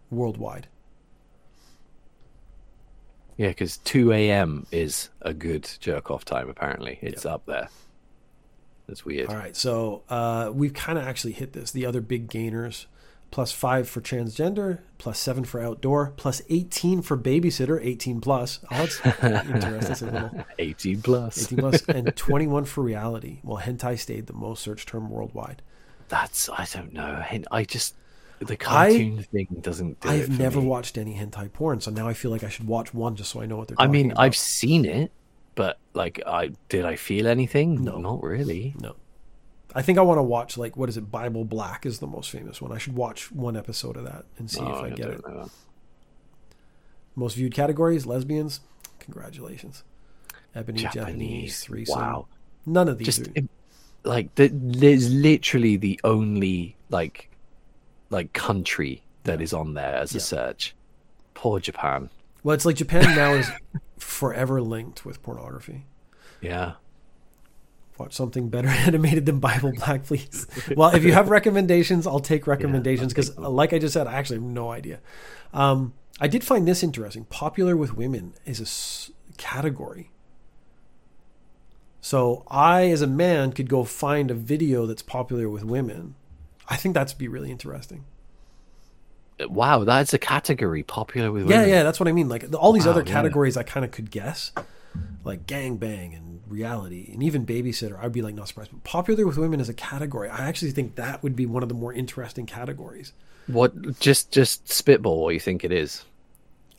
[SPEAKER 1] worldwide.
[SPEAKER 2] Yeah, because 2 a.m. is a good jerk off time, apparently. It's up there. That's weird.
[SPEAKER 1] All right, so uh, we've kind of actually hit this. The other big gainers: plus five for transgender, plus seven for outdoor, plus eighteen for babysitter, eighteen plus. Oh, that's interesting. That's a little
[SPEAKER 2] 18 plus.
[SPEAKER 1] 18 plus, and twenty-one for reality. Well, hentai stayed the most searched term worldwide.
[SPEAKER 2] That's, I don't know. And I just, the cartoon thing doesn't do it
[SPEAKER 1] I've
[SPEAKER 2] for
[SPEAKER 1] never
[SPEAKER 2] me.
[SPEAKER 1] watched any hentai porn, so now I feel like I should watch one just so I know what they're.
[SPEAKER 2] I
[SPEAKER 1] Talking
[SPEAKER 2] mean,
[SPEAKER 1] about.
[SPEAKER 2] I've seen it, but like, I did I feel anything?
[SPEAKER 1] No.
[SPEAKER 2] Not really.
[SPEAKER 1] No. I think I want to watch like what is it? Bible Black is the most famous one. I should watch one episode of that and see
[SPEAKER 2] Oh,
[SPEAKER 1] if I, get
[SPEAKER 2] don't
[SPEAKER 1] it.
[SPEAKER 2] know.
[SPEAKER 1] Most viewed categories: lesbians. Congratulations. Ebony Japanese,
[SPEAKER 2] Japanese.
[SPEAKER 1] threesome.
[SPEAKER 2] Wow.
[SPEAKER 1] None of these.
[SPEAKER 2] Just
[SPEAKER 1] are,
[SPEAKER 2] im- like, the, there's literally the only like, like country that is on there as a search. Poor Japan.
[SPEAKER 1] well, it's like Japan now is forever linked with pornography.
[SPEAKER 2] Yeah.
[SPEAKER 1] Watch something better animated than Bible Black, please. Well, if you have recommendations, I'll take recommendations because, like I just said, I actually have no idea. Um, I did find this interesting. Popular with women is a s- category. So I, as a man, could go find a video that's popular with women. I think that's be really interesting.
[SPEAKER 2] Wow, that's a category popular with
[SPEAKER 1] Yeah,
[SPEAKER 2] women.
[SPEAKER 1] yeah, that's what I mean. Like all these
[SPEAKER 2] Oh, Wow,
[SPEAKER 1] other
[SPEAKER 2] yeah.
[SPEAKER 1] categories, I kind of could guess, like gangbang and reality, and even babysitter. I'd be like not surprised. But popular with women as a category, I actually think that would be one of the more interesting categories.
[SPEAKER 2] What? Just just spitball. What you think it is?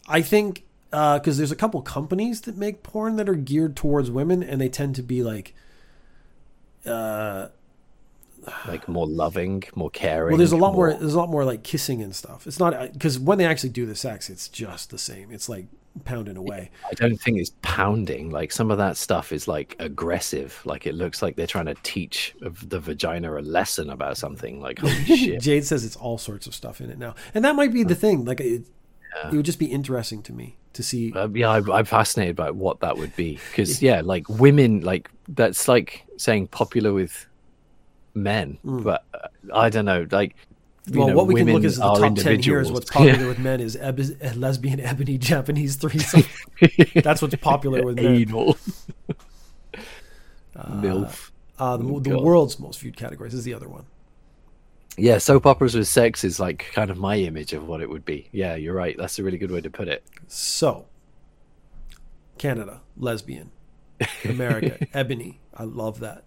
[SPEAKER 1] I think because there's a couple companies that make porn that are geared towards women, and they tend to be like,
[SPEAKER 2] Like more loving, more caring.
[SPEAKER 1] well, there's a lot more, there's a lot more like kissing and stuff. It's not because when they actually do the sex, it's just the same. It's like pounding away.
[SPEAKER 2] I don't think it's pounding. Like some of that stuff is like aggressive. Like it looks like they're trying to teach of the vagina a lesson about something. Like holy shit.
[SPEAKER 1] Jade says it's all sorts of stuff in it now, and that might be the thing. Like it, it would just be interesting to me to see.
[SPEAKER 2] Uh, yeah, I, I'm fascinated by what that would be because yeah, like women, like that's like saying popular with men, but uh, I don't know. Like, you
[SPEAKER 1] Hmm. well,
[SPEAKER 2] know,
[SPEAKER 1] what we can look
[SPEAKER 2] women
[SPEAKER 1] at is the
[SPEAKER 2] are
[SPEAKER 1] top ten here is
[SPEAKER 2] individuals.
[SPEAKER 1] what's
[SPEAKER 2] Yeah.
[SPEAKER 1] popular with men is eb- uh, lesbian, ebony, Japanese threesome. That's what's popular with men.
[SPEAKER 2] anal. MILF.
[SPEAKER 1] Uh, the, the
[SPEAKER 2] Oh, God.
[SPEAKER 1] world's most viewed categories is the other one.
[SPEAKER 2] Yeah, soap operas with sex is like kind of my image of what it would be. Yeah, you're right. That's a really good way to put it.
[SPEAKER 1] So, Canada, lesbian. America, ebony. I love that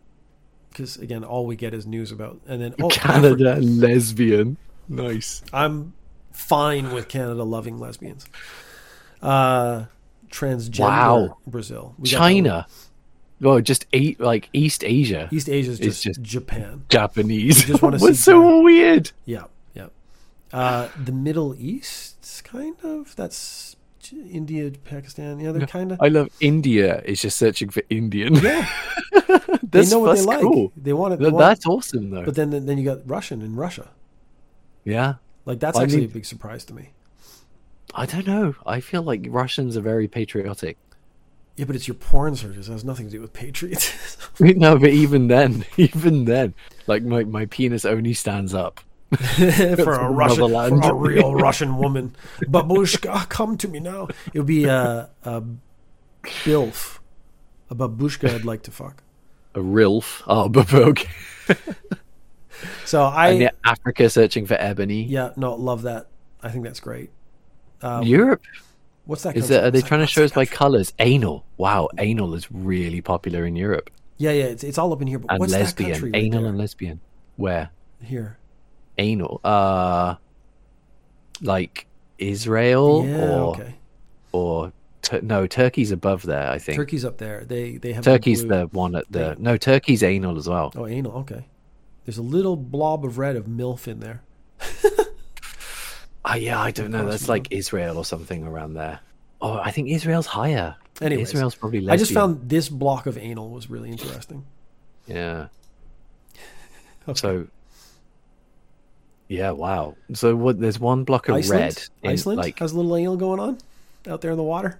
[SPEAKER 1] because again, all we get is news about. And then oh, Africa.
[SPEAKER 2] Canada lesbian. Nice.
[SPEAKER 1] I'm fine with Canada loving lesbians. Uh, transgender,
[SPEAKER 2] Wow.
[SPEAKER 1] Brazil, We got that one.
[SPEAKER 2] China. Well, just eight like East Asia.
[SPEAKER 1] East Asia is
[SPEAKER 2] It's
[SPEAKER 1] just,
[SPEAKER 2] just-
[SPEAKER 1] Japan.
[SPEAKER 2] Japanese.
[SPEAKER 1] just wanna
[SPEAKER 2] What's
[SPEAKER 1] see
[SPEAKER 2] so
[SPEAKER 1] China.
[SPEAKER 2] weird?
[SPEAKER 1] Yeah, yeah. Uh, the Middle East, kind of. That's India, Pakistan. Yeah, they're kind of.
[SPEAKER 2] I love India. It's just searching for Indian. Yeah.
[SPEAKER 1] They
[SPEAKER 2] that's
[SPEAKER 1] know what
[SPEAKER 2] that's
[SPEAKER 1] they like.
[SPEAKER 2] cool.
[SPEAKER 1] They want it. They
[SPEAKER 2] Th-
[SPEAKER 1] want,
[SPEAKER 2] That's awesome though.
[SPEAKER 1] but then, then you got Russian in Russia.
[SPEAKER 2] yeah.
[SPEAKER 1] Like that's
[SPEAKER 2] I
[SPEAKER 1] actually
[SPEAKER 2] mean-
[SPEAKER 1] a big surprise to me.
[SPEAKER 2] I don't know. I feel like Russians are very patriotic.
[SPEAKER 1] Yeah, but it's your porn searches. It has nothing to do with patriotism.
[SPEAKER 2] No, but even then, even then, like my, my penis only stands up.
[SPEAKER 1] for a Russian,
[SPEAKER 2] motherland.
[SPEAKER 1] for a real Russian woman, babushka, ah, come to me now. It would be a, a bilf. A babushka I'd like to fuck.
[SPEAKER 2] A rilf. Oh, but okay.
[SPEAKER 1] So I
[SPEAKER 2] and yeah, Africa searching for ebony.
[SPEAKER 1] yeah no love that. I think that's great. Um,
[SPEAKER 2] Europe
[SPEAKER 1] what's that?
[SPEAKER 2] is
[SPEAKER 1] country?
[SPEAKER 2] that? Are they
[SPEAKER 1] What's that-
[SPEAKER 2] trying to
[SPEAKER 1] what's
[SPEAKER 2] show
[SPEAKER 1] that
[SPEAKER 2] us by
[SPEAKER 1] country?
[SPEAKER 2] colors? Anal. Wow, anal is really popular in Europe.
[SPEAKER 1] Yeah, yeah, it's, it's all up in here. But
[SPEAKER 2] And
[SPEAKER 1] what's that country?
[SPEAKER 2] lesbian,
[SPEAKER 1] right
[SPEAKER 2] anal
[SPEAKER 1] there?
[SPEAKER 2] and lesbian. Where
[SPEAKER 1] Here,
[SPEAKER 2] anal? Uh, like Israel
[SPEAKER 1] yeah,
[SPEAKER 2] or
[SPEAKER 1] okay.
[SPEAKER 2] or tur no, Turkey's above there. I think
[SPEAKER 1] Turkey's up there. They they have
[SPEAKER 2] Turkey's
[SPEAKER 1] blue-
[SPEAKER 2] the one at the no. Turkey's anal as well.
[SPEAKER 1] oh anal. Okay, there's a little blob of red of milf in there.
[SPEAKER 2] Ah, yeah, I don't know. That's like Israel or something around there. Oh, I think Israel's higher.
[SPEAKER 1] Anyways,
[SPEAKER 2] Israel's probably. Lesbian.
[SPEAKER 1] I just found this block of anal was really interesting.
[SPEAKER 2] Yeah.
[SPEAKER 1] Okay.
[SPEAKER 2] So. Yeah. Wow. So what? There's one block of
[SPEAKER 1] Iceland,
[SPEAKER 2] red. in,
[SPEAKER 1] Iceland
[SPEAKER 2] Like
[SPEAKER 1] has a little anal going on out there in the water.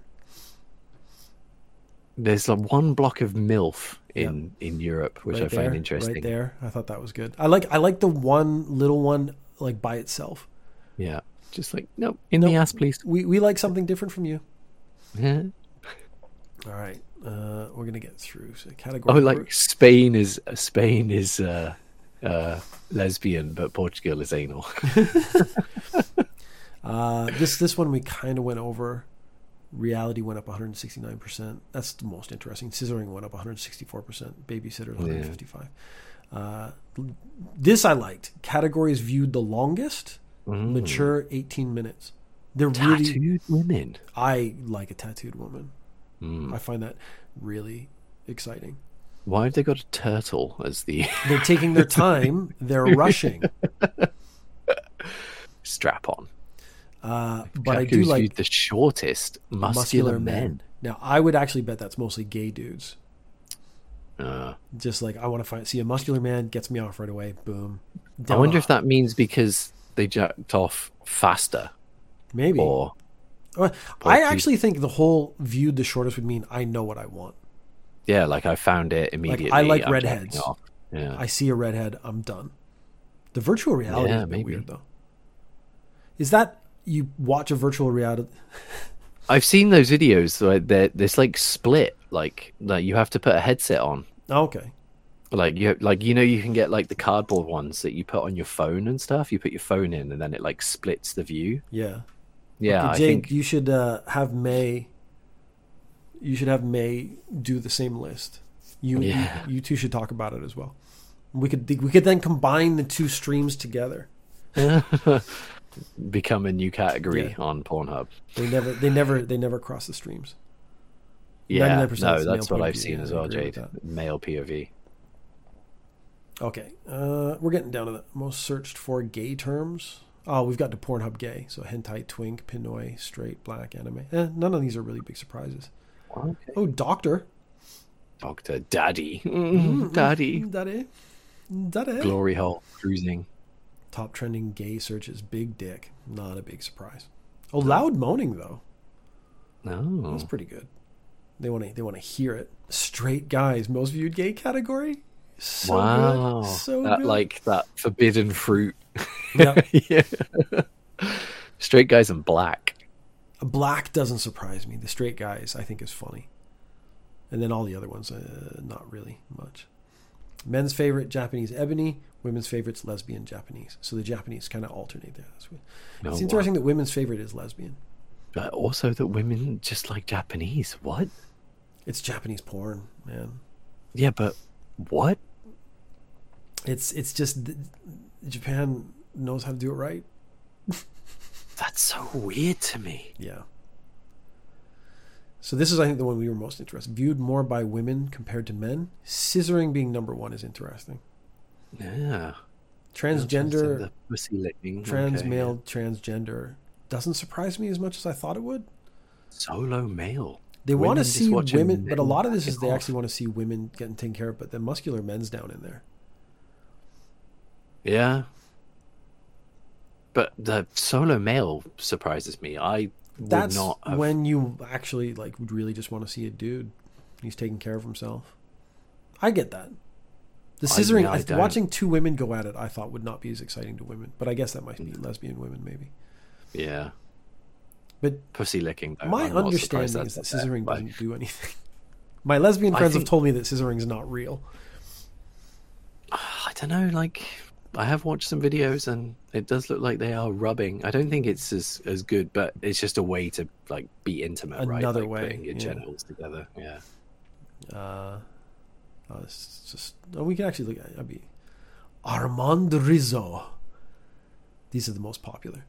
[SPEAKER 2] there's like one block of milf in in Europe, which I
[SPEAKER 1] Right
[SPEAKER 2] find
[SPEAKER 1] there,
[SPEAKER 2] interesting.
[SPEAKER 1] Right there, I thought that was good. I like I like the one little one like by itself.
[SPEAKER 2] Yeah. Just like no, in the
[SPEAKER 1] Nope.
[SPEAKER 2] ass, please. Oh,
[SPEAKER 1] We we like something different from you.
[SPEAKER 2] Yeah.
[SPEAKER 1] All right, uh, we're gonna get through so
[SPEAKER 2] Oh,
[SPEAKER 1] category.
[SPEAKER 2] like Spain is Spain is uh, uh, lesbian, but Portugal is anal.
[SPEAKER 1] Uh, this this one we kind of went over. Reality went up 169 percent. That's the most interesting. Scissoring went up 164 percent. Babysitter 155. Uh, this I liked. Categories viewed the longest.
[SPEAKER 2] Mm.
[SPEAKER 1] Mature 18 minutes. They're really.
[SPEAKER 2] Tattooed women.
[SPEAKER 1] I like a tattooed woman.
[SPEAKER 2] Mm.
[SPEAKER 1] I find that really exciting.
[SPEAKER 2] Why have they got a turtle as the
[SPEAKER 1] They're taking their time. They're rushing.
[SPEAKER 2] strap on?
[SPEAKER 1] Uh, but I
[SPEAKER 2] Jack,
[SPEAKER 1] do
[SPEAKER 2] who's
[SPEAKER 1] like
[SPEAKER 2] viewed the shortest muscular,
[SPEAKER 1] muscular men.
[SPEAKER 2] men.
[SPEAKER 1] Now I would actually bet that's mostly gay dudes.
[SPEAKER 2] Uh,
[SPEAKER 1] just like I want to find see a muscular man gets me off right away. Boom.
[SPEAKER 2] I
[SPEAKER 1] Down
[SPEAKER 2] wonder
[SPEAKER 1] a-
[SPEAKER 2] if that means because they jacked off faster,
[SPEAKER 1] maybe.
[SPEAKER 2] or
[SPEAKER 1] Uh, I actually think the whole viewed the shortest would mean I know what I want.
[SPEAKER 2] yeah, like I found it immediately.
[SPEAKER 1] like
[SPEAKER 2] I'm jacking
[SPEAKER 1] redheads.
[SPEAKER 2] off. Yeah,
[SPEAKER 1] I see a redhead, I'm done. The virtual reality
[SPEAKER 2] Yeah,
[SPEAKER 1] is a bit
[SPEAKER 2] maybe.
[SPEAKER 1] weird though. Is that you watch a virtual reality?
[SPEAKER 2] I've seen those videos. Where they're this like split, like like you have to put a headset on.
[SPEAKER 1] Oh, okay.
[SPEAKER 2] Like you, like you know, you can get like the cardboard ones that you put on your phone and stuff. You put your phone in, and then it like splits the view.
[SPEAKER 1] Yeah.
[SPEAKER 2] Yeah, I
[SPEAKER 1] Jade,
[SPEAKER 2] think
[SPEAKER 1] you should uh, have May. You should have May do the same list. You you-
[SPEAKER 2] Yeah.
[SPEAKER 1] you two should talk about it as well. We could we could then combine the two streams together.
[SPEAKER 2] become a new category
[SPEAKER 1] Yeah.
[SPEAKER 2] on Pornhub.
[SPEAKER 1] They never, they never, they never cross the streams.
[SPEAKER 2] Yeah,
[SPEAKER 1] 99%
[SPEAKER 2] no,
[SPEAKER 1] is
[SPEAKER 2] that's
[SPEAKER 1] male
[SPEAKER 2] what
[SPEAKER 1] POV,
[SPEAKER 2] I've seen
[SPEAKER 1] yeah,
[SPEAKER 2] as
[SPEAKER 1] I
[SPEAKER 2] well,
[SPEAKER 1] agree with
[SPEAKER 2] Jade. Male POV.
[SPEAKER 1] Okay, uh, we're getting down to the most searched for gay terms. Oh, we've got to Pornhub gay, so hentai, twink, Pinoy, straight, black, anime. Eh, none of these are really big surprises.
[SPEAKER 2] Okay.
[SPEAKER 1] Oh, doctor,
[SPEAKER 2] Doctor Daddy,
[SPEAKER 1] Mm-hmm.
[SPEAKER 2] Mm, Daddy,
[SPEAKER 1] daddy, daddy.
[SPEAKER 2] glory hole cruising.
[SPEAKER 1] Top trending gay searches: big dick. Not a big surprise. Oh, loud moaning though.
[SPEAKER 2] No,
[SPEAKER 1] That's pretty good. They want to, they want to hear it. Straight guys, most viewed gay category. So
[SPEAKER 2] wow,
[SPEAKER 1] good. So
[SPEAKER 2] that
[SPEAKER 1] good.
[SPEAKER 2] Uh, like that forbidden fruit.
[SPEAKER 1] Yeah.
[SPEAKER 2] yeah, straight guys in black.
[SPEAKER 1] Black doesn't surprise me. The straight guys, I think, is funny. And then all the other ones, uh, not really much. Men's favorite, Japanese ebony. Women's favorite's lesbian Japanese. So the Japanese kind of alternate there. That's weird.
[SPEAKER 2] Oh,
[SPEAKER 1] It's
[SPEAKER 2] wow.
[SPEAKER 1] interesting that women's favorite is lesbian.
[SPEAKER 2] But also that women just like Japanese. What?
[SPEAKER 1] It's Japanese porn, man.
[SPEAKER 2] Yeah, but what?
[SPEAKER 1] It's it's just th- Japan knows how to do it right.
[SPEAKER 2] That's so weird to me.
[SPEAKER 1] Yeah. So this is, I think, the one we were most interested. Viewed more by women compared to men. Scissoring being number one is interesting.
[SPEAKER 2] Yeah,
[SPEAKER 1] Transgender.
[SPEAKER 2] The pussy licking.
[SPEAKER 1] trans
[SPEAKER 2] okay.
[SPEAKER 1] male transgender doesn't surprise me as much as I thought it would.
[SPEAKER 2] solo male.
[SPEAKER 1] They want
[SPEAKER 2] Women
[SPEAKER 1] to
[SPEAKER 2] just
[SPEAKER 1] see
[SPEAKER 2] watching
[SPEAKER 1] women, but a
[SPEAKER 2] men
[SPEAKER 1] lot of this
[SPEAKER 2] jack
[SPEAKER 1] is they
[SPEAKER 2] off.
[SPEAKER 1] actually want to see women getting taken care of, but the muscular men's down in there.
[SPEAKER 2] Yeah. But the solo male surprises me. I would
[SPEAKER 1] That's
[SPEAKER 2] not have,
[SPEAKER 1] when you actually like would really just want to see a dude. He's taking care of himself. I get that. The
[SPEAKER 2] I-
[SPEAKER 1] scissoring,
[SPEAKER 2] yeah, I
[SPEAKER 1] I-
[SPEAKER 2] don't.
[SPEAKER 1] watching two women go at it, I thought would not be as exciting to women, but I guess that might be
[SPEAKER 2] Mm.
[SPEAKER 1] lesbian women, maybe.
[SPEAKER 2] yeah.
[SPEAKER 1] But
[SPEAKER 2] Pussy licking. Though.
[SPEAKER 1] my
[SPEAKER 2] I'm not surprised
[SPEAKER 1] understanding is that
[SPEAKER 2] that's up there.
[SPEAKER 1] scissoring
[SPEAKER 2] Like,
[SPEAKER 1] doesn't do anything. My lesbian
[SPEAKER 2] I
[SPEAKER 1] friends have
[SPEAKER 2] think-
[SPEAKER 1] told me that scissoring is not real.
[SPEAKER 2] I don't know, like I have watched some videos and it does look like they are rubbing. I don't think it's as, as good, but it's just a way to like be intimate, right?
[SPEAKER 1] Another
[SPEAKER 2] Like,
[SPEAKER 1] way,
[SPEAKER 2] putting your
[SPEAKER 1] yeah.
[SPEAKER 2] genitals together. Yeah.
[SPEAKER 1] Uh, oh, this is just oh, we can actually look. at- I'd be Armand Rizzo. These are the most popular.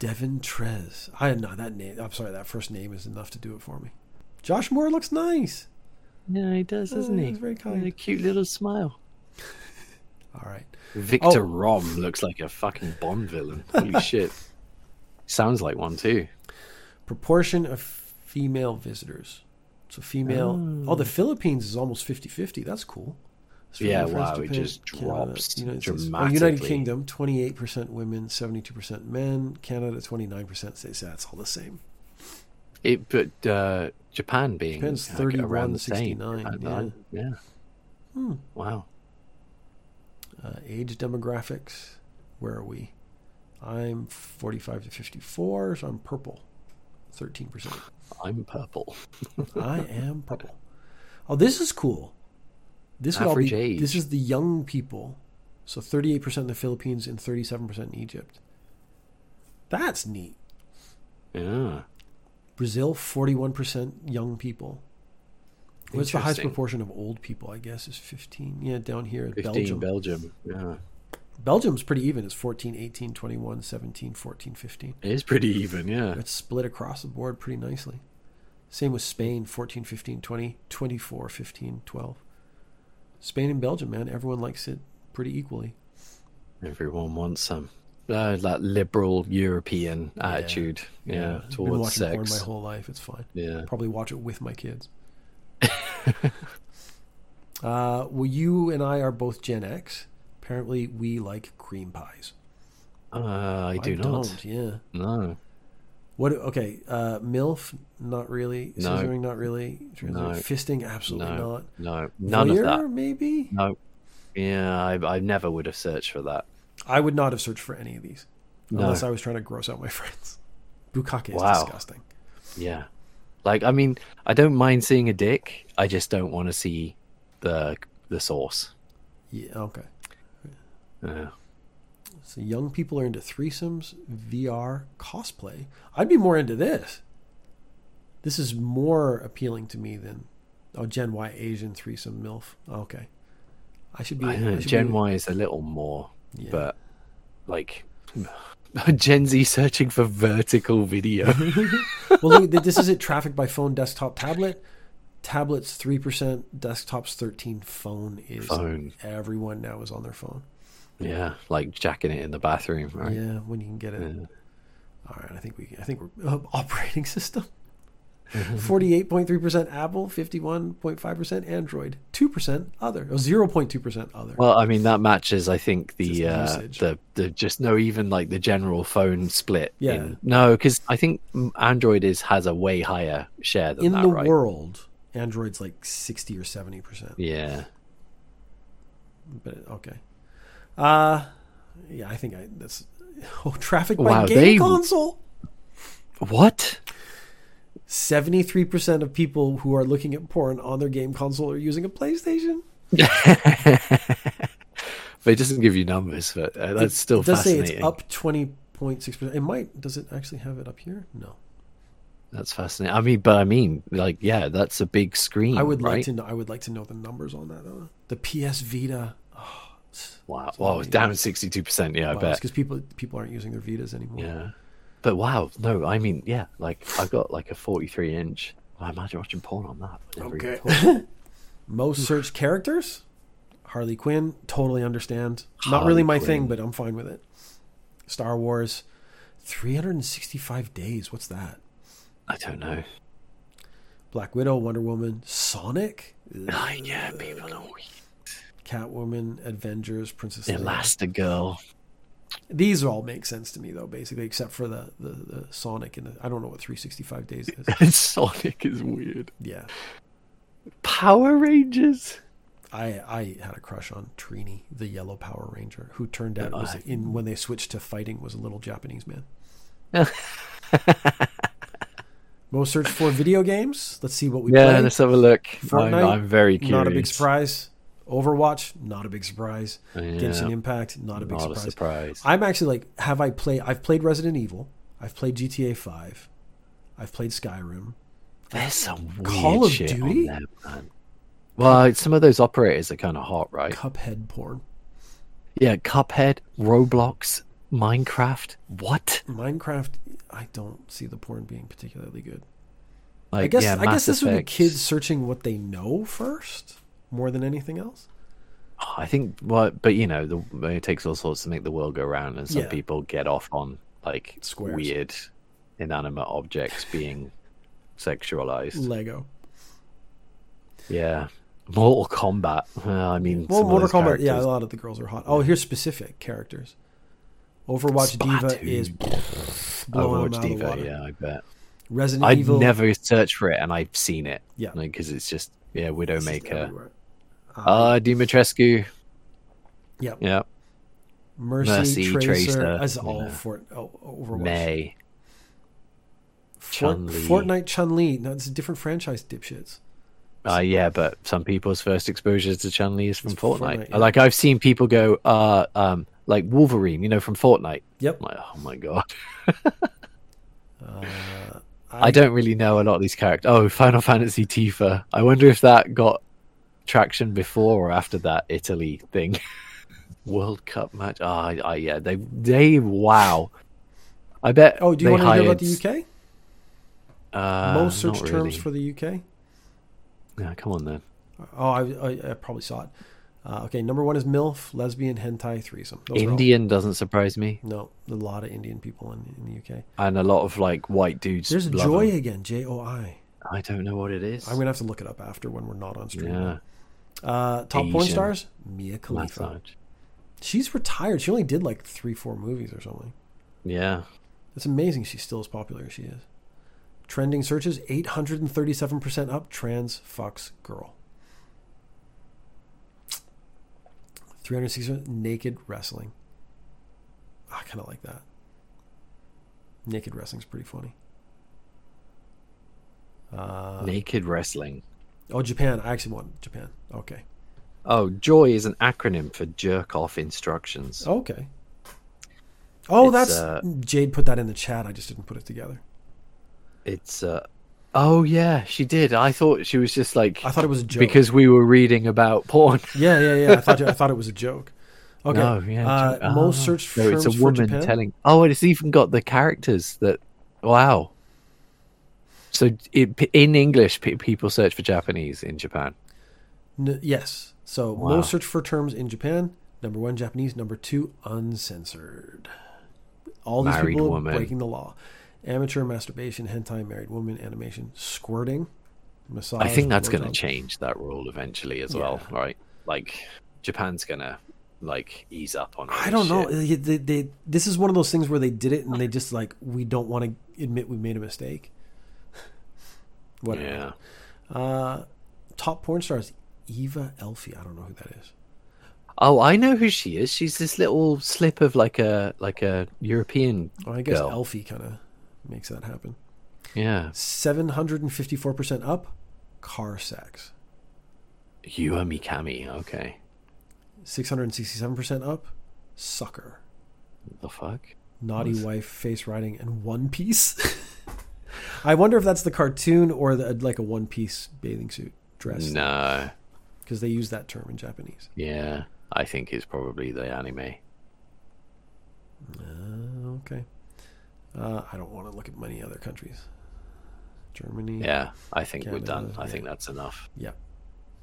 [SPEAKER 1] Devin Trez. I know that name. I'm sorry, that first name is enough to do it for me. Josh Moore looks nice.
[SPEAKER 2] Yeah, he does, doesn't
[SPEAKER 1] Uh,
[SPEAKER 2] he?
[SPEAKER 1] he's very
[SPEAKER 2] With
[SPEAKER 1] kind.
[SPEAKER 2] A cute little smile.
[SPEAKER 1] All right.
[SPEAKER 2] Victor
[SPEAKER 1] Oh.
[SPEAKER 2] Rom looks like a fucking Bond villain. Holy shit. Sounds like one too.
[SPEAKER 1] Proportion of female visitors. So female. Oh, the Philippines is almost 50-50. That's cool.
[SPEAKER 2] Yeah,
[SPEAKER 1] Australia, France,
[SPEAKER 2] wow, it
[SPEAKER 1] Japan,
[SPEAKER 2] just
[SPEAKER 1] Canada,
[SPEAKER 2] drops
[SPEAKER 1] United States- oh, United
[SPEAKER 2] dramatically.
[SPEAKER 1] Kingdom, 28% women, 72% men. Canada, 29% states. Yeah, it's all the same.
[SPEAKER 2] It but uh, Japan being
[SPEAKER 1] Japan's
[SPEAKER 2] like, around the same.
[SPEAKER 1] 31,
[SPEAKER 2] I- I- yeah.
[SPEAKER 1] Hmm.
[SPEAKER 2] Wow.
[SPEAKER 1] Uh, age demographics. Where are we? I'm 45 to 54, so I'm purple. 13%.
[SPEAKER 2] I'm purple.
[SPEAKER 1] I am purple. Oh, this is cool. This would all
[SPEAKER 2] Average
[SPEAKER 1] be,
[SPEAKER 2] age.
[SPEAKER 1] This is the young people. So 38% in the Philippines and 37% in Egypt. That's neat.
[SPEAKER 2] Yeah.
[SPEAKER 1] Brazil, 41% young people. What's the highest
[SPEAKER 2] Interesting.
[SPEAKER 1] proportion of old people, I guess, is 15. Yeah, down here,
[SPEAKER 2] 15
[SPEAKER 1] Belgium.
[SPEAKER 2] Belgium. Yeah.
[SPEAKER 1] Belgium's pretty even. It's 14, 18, 21, 17, 14, 15.
[SPEAKER 2] It is pretty even, yeah.
[SPEAKER 1] It's split across the board pretty nicely. Same with Spain, 14, 15, 20, 24, 15, 12. Spain and Belgium, man, everyone likes it pretty equally.
[SPEAKER 2] Everyone wants some. Uh, that liberal European attitude, yeah,
[SPEAKER 1] I've been
[SPEAKER 2] towards
[SPEAKER 1] watching porn my
[SPEAKER 2] sex.
[SPEAKER 1] whole life. It's fine.
[SPEAKER 2] Yeah.
[SPEAKER 1] Probably watch it with my kids. uh, well, you and I are both Gen X. Apparently, we like cream pies.
[SPEAKER 2] Uh, I do not
[SPEAKER 1] Don't, yeah.
[SPEAKER 2] No.
[SPEAKER 1] What? Okay, uh, MILF, not really.
[SPEAKER 2] No.
[SPEAKER 1] Scissoring, not really.
[SPEAKER 2] No.
[SPEAKER 1] Fisting, absolutely
[SPEAKER 2] No.
[SPEAKER 1] not.
[SPEAKER 2] No. None
[SPEAKER 1] Voyeur,
[SPEAKER 2] of that.
[SPEAKER 1] maybe.
[SPEAKER 2] No. Yeah, I, I never would have searched for that.
[SPEAKER 1] I would not have searched for any of these
[SPEAKER 2] No.
[SPEAKER 1] unless I was trying to gross out my friends. Bukake is
[SPEAKER 2] Wow.
[SPEAKER 1] disgusting.
[SPEAKER 2] Yeah. Like I mean, I don't mind seeing a dick. I just don't want to see the the source.
[SPEAKER 1] Yeah, okay.
[SPEAKER 2] Yeah.
[SPEAKER 1] So young people are into threesomes, VR, cosplay. I'd be more into this. This is more appealing to me than oh Gen Y Asian threesome milf. Okay, I should be
[SPEAKER 2] I don't
[SPEAKER 1] I
[SPEAKER 2] know,
[SPEAKER 1] should be-
[SPEAKER 2] Gen Y is a little more,
[SPEAKER 1] Yeah.
[SPEAKER 2] but like Gen Z searching for vertical video.
[SPEAKER 1] well, look, this is it. Traffic by phone, desktop, tablet. Tablets three percent, desktops thirteen. Phone is
[SPEAKER 2] Phone.
[SPEAKER 1] everyone now is on their phone.
[SPEAKER 2] yeah, like jacking it in the bathroom, right?
[SPEAKER 1] Yeah, when you can get it. All right, I think we I think we're uh, operating system. Forty-eight point three percent Apple, fifty-one point five percent Android, two percent other, oh, zero point two percent other.
[SPEAKER 2] Well, I mean that matches, I think the
[SPEAKER 1] Just
[SPEAKER 2] uh,
[SPEAKER 1] usage.
[SPEAKER 2] the the just no even like the general phone split.
[SPEAKER 1] Yeah.
[SPEAKER 2] in- no, because I think Android is has a way higher share than
[SPEAKER 1] In
[SPEAKER 2] that,
[SPEAKER 1] the
[SPEAKER 2] right?
[SPEAKER 1] world, Android's like sixty or seventy percent.
[SPEAKER 2] Yeah,
[SPEAKER 1] But okay, uh, yeah, I think I that's oh traffic by
[SPEAKER 2] Wow,
[SPEAKER 1] game
[SPEAKER 2] they-
[SPEAKER 1] console.
[SPEAKER 2] what?
[SPEAKER 1] Seventy-three percent of people who are looking at porn on their game console are using a PlayStation.
[SPEAKER 2] But it doesn't give you numbers, but uh, that's still
[SPEAKER 1] It does say
[SPEAKER 2] fascinating.
[SPEAKER 1] it's up twenty point six percent. It might. Does it actually have it up here? No.
[SPEAKER 2] That's fascinating. I mean, but I mean, like, yeah, that's a big screen.
[SPEAKER 1] I would
[SPEAKER 2] right?
[SPEAKER 1] like to know. I would like to know the numbers on that. Though. The PS Vita. Oh,
[SPEAKER 2] Wow, wow, it's down sixty-two percent. Yeah, I bet.
[SPEAKER 1] because people people aren't using their Vitas anymore.
[SPEAKER 2] Yeah, but wow, no, I mean, yeah, like I've got like a forty-three inch. I imagine watching porn on that. Every-
[SPEAKER 1] Okay. Most searched characters. Harley Quinn. Totally understand. Not
[SPEAKER 2] Harley
[SPEAKER 1] really my thing, but
[SPEAKER 2] Quinn.
[SPEAKER 1] I'm fine with it. Star Wars. 365 days. What's that?
[SPEAKER 2] I don't know.
[SPEAKER 1] Black Widow, Wonder Woman, Sonic,
[SPEAKER 2] Nine, yeah, people are weak.
[SPEAKER 1] Catwoman, Avengers, Princess Leia.
[SPEAKER 2] Elastigirl.
[SPEAKER 1] These all make sense to me though, basically, except for the, the, the Sonic and the, I don't know what 365 days is.
[SPEAKER 2] Sonic is weird.
[SPEAKER 1] yeah.
[SPEAKER 2] Power Rangers.
[SPEAKER 1] I I had a crush on Trini, the yellow Power Ranger, who turned out was
[SPEAKER 2] Oh, I-
[SPEAKER 1] in when they switched to fighting was a little Japanese man. Most searched for video games. Let's see what we
[SPEAKER 2] Yeah,
[SPEAKER 1] play.
[SPEAKER 2] let's have a look. I'm,
[SPEAKER 1] Fortnite?
[SPEAKER 2] I'm very curious. Oh,
[SPEAKER 1] Not a big surprise. Overwatch, not a big surprise.
[SPEAKER 2] Yeah.
[SPEAKER 1] Genshin Impact, not a big
[SPEAKER 2] Not a
[SPEAKER 1] surprise.
[SPEAKER 2] surprise.
[SPEAKER 1] I'm actually like, have I played? I've played Resident Evil. I've played GTA Five. I've played Skyrim.
[SPEAKER 2] There's some weird
[SPEAKER 1] Call of
[SPEAKER 2] shit on
[SPEAKER 1] Duty?
[SPEAKER 2] there, man. Well, some of those operators are kind of hot, right?
[SPEAKER 1] Cuphead porn.
[SPEAKER 2] Yeah, Cuphead, Roblox, Minecraft. What?
[SPEAKER 1] Minecraft. I don't see the porn being particularly good.
[SPEAKER 2] Like,
[SPEAKER 1] I guess.
[SPEAKER 2] yeah,
[SPEAKER 1] I guess
[SPEAKER 2] Mass
[SPEAKER 1] this would be
[SPEAKER 2] Effect.
[SPEAKER 1] kids searching what they know first, more than anything else.
[SPEAKER 2] I think, well, but you know, the, it takes all sorts to make the world go round, and some
[SPEAKER 1] Yeah.
[SPEAKER 2] people get off on like
[SPEAKER 1] Squares.
[SPEAKER 2] weird, inanimate objects being sexualized.
[SPEAKER 1] Lego.
[SPEAKER 2] Yeah, Mortal Kombat. Uh, I mean,
[SPEAKER 1] Well,
[SPEAKER 2] some
[SPEAKER 1] Mortal
[SPEAKER 2] of those
[SPEAKER 1] Kombat. Yeah, a
[SPEAKER 2] characters-
[SPEAKER 1] lot of the girls are hot. Oh, here's specific characters. Overwatch Diva
[SPEAKER 2] Splatoon.
[SPEAKER 1] is blowing them
[SPEAKER 2] Overwatch
[SPEAKER 1] out of the
[SPEAKER 2] Diva.
[SPEAKER 1] water.
[SPEAKER 2] Yeah, I bet.
[SPEAKER 1] Resident
[SPEAKER 2] I'd
[SPEAKER 1] Evil.
[SPEAKER 2] never searched for it, and I've seen it.
[SPEAKER 1] Yeah.
[SPEAKER 2] because it's just yeah,
[SPEAKER 1] It's just
[SPEAKER 2] Widowmaker.
[SPEAKER 1] everywhere.
[SPEAKER 2] Ah, Dimitrescu.
[SPEAKER 1] Yeah.
[SPEAKER 2] Yeah,
[SPEAKER 1] Mercy,
[SPEAKER 2] Mercy,
[SPEAKER 1] Tracer.
[SPEAKER 2] Tracer,
[SPEAKER 1] That's all
[SPEAKER 2] yeah.
[SPEAKER 1] for oh, Overwatch.
[SPEAKER 2] May.
[SPEAKER 1] Fort,
[SPEAKER 2] Chun-Li.
[SPEAKER 1] Fortnite Chun Li. No, it's a different franchise, dipshits.
[SPEAKER 2] Uh, yeah, but some people's first exposures to Chun Li is from
[SPEAKER 1] It's
[SPEAKER 2] Fortnite.
[SPEAKER 1] Fortnite, yeah.
[SPEAKER 2] Like I've seen people go, uh, um, like Wolverine, you know, from Fortnite.
[SPEAKER 1] Yep.
[SPEAKER 2] I'm like, oh my god,
[SPEAKER 1] Uh, I,
[SPEAKER 2] I don't really know a lot of these characters. Oh, Final Fantasy Tifa. I wonder if that got traction before or after that Italy thing. World Cup match. Ah, I yeah, they they wow. I bet.
[SPEAKER 1] Oh, do you
[SPEAKER 2] they
[SPEAKER 1] want to
[SPEAKER 2] hired,
[SPEAKER 1] hear about the UK?
[SPEAKER 2] Uh,
[SPEAKER 1] Most search
[SPEAKER 2] not
[SPEAKER 1] terms
[SPEAKER 2] really.
[SPEAKER 1] for the UK.
[SPEAKER 2] Yeah, come on then.
[SPEAKER 1] Oh, I, I, I probably saw it. Uh, okay, number one is MILF, lesbian, hentai, threesome. Those are all-
[SPEAKER 2] Indian doesn't surprise me,
[SPEAKER 1] No, a lot of Indian people in, in the UK.
[SPEAKER 2] and a lot of like white dudes.
[SPEAKER 1] There's
[SPEAKER 2] love
[SPEAKER 1] Joy
[SPEAKER 2] 'em.
[SPEAKER 1] again, J O I.
[SPEAKER 2] I don't know what it is.
[SPEAKER 1] I'm going to have to look it up after when we're not on stream.
[SPEAKER 2] yeah.
[SPEAKER 1] Uh, top porn
[SPEAKER 2] Asian.
[SPEAKER 1] stars? Mia Khalifa.
[SPEAKER 2] massage.
[SPEAKER 1] She's retired. She only did like three, four movies or something.
[SPEAKER 2] Yeah.
[SPEAKER 1] It's amazing she's still as popular as she is. Trending searches 837% up trans fucks girl. 360 naked wrestling. Ah, I kind of like that. Naked wrestling's pretty funny. Uh,
[SPEAKER 2] Naked wrestling.
[SPEAKER 1] oh, Japan. I actually want Japan. Okay.
[SPEAKER 2] Oh, joy is an acronym for jerk off instructions.
[SPEAKER 1] Okay. Oh,
[SPEAKER 2] It's,
[SPEAKER 1] that's
[SPEAKER 2] uh,
[SPEAKER 1] Jade put that in the chat. I just didn't put it together.
[SPEAKER 2] It's uh Oh yeah, she did. I thought she was just like
[SPEAKER 1] I thought it was a joke.
[SPEAKER 2] because we were reading about porn.
[SPEAKER 1] Yeah, yeah, yeah. I thought I thought it was a joke. Okay.
[SPEAKER 2] No, yeah.
[SPEAKER 1] uh,
[SPEAKER 2] joke.
[SPEAKER 1] most
[SPEAKER 2] Ah.
[SPEAKER 1] searched
[SPEAKER 2] So
[SPEAKER 1] terms
[SPEAKER 2] it's a
[SPEAKER 1] for
[SPEAKER 2] woman
[SPEAKER 1] Japan.
[SPEAKER 2] telling Oh, and it's even got the characters that wow. So it, in English pe- people search for Japanese in Japan.
[SPEAKER 1] N- yes. So
[SPEAKER 2] Wow.
[SPEAKER 1] most searched for terms in Japan. Number one, Japanese. Number two, uncensored. All these
[SPEAKER 2] Married
[SPEAKER 1] people
[SPEAKER 2] woman.
[SPEAKER 1] breaking the law. Amateur masturbation, hentai, married woman, animation, squirting, massage.
[SPEAKER 2] I think that's going to
[SPEAKER 1] blowjob.
[SPEAKER 2] change that rule eventually as well, right? Like Japan's going to like ease up on. all
[SPEAKER 1] I
[SPEAKER 2] this
[SPEAKER 1] don't know.
[SPEAKER 2] shit.
[SPEAKER 1] They, they, they- this is one of those things where they did it and they just like we don't want to admit we made a mistake. Whatever.
[SPEAKER 2] Yeah,
[SPEAKER 1] Uh, top porn stars, Eva Elfie. I don't know who that is.
[SPEAKER 2] Oh, I know who she is. She's this little slip of like a like a European
[SPEAKER 1] Well, I guess
[SPEAKER 2] girl.
[SPEAKER 1] Elfie kind of makes that happen.
[SPEAKER 2] yeah,
[SPEAKER 1] 754% up, car sex.
[SPEAKER 2] Yua Mikami. Okay,
[SPEAKER 1] 667% up, sucker.
[SPEAKER 2] the fuck.
[SPEAKER 1] Naughty wife, face riding, and One Piece. I wonder if that's the cartoon or the, like a One Piece bathing suit dress
[SPEAKER 2] No,
[SPEAKER 1] because they use that term in Japanese.
[SPEAKER 2] yeah, I think it's probably the anime.
[SPEAKER 1] Uh, okay. Uh, I don't want to look at many other countries. Germany.
[SPEAKER 2] Yeah, I think we're done.
[SPEAKER 1] Canada,
[SPEAKER 2] I think that's enough.
[SPEAKER 1] Yeah.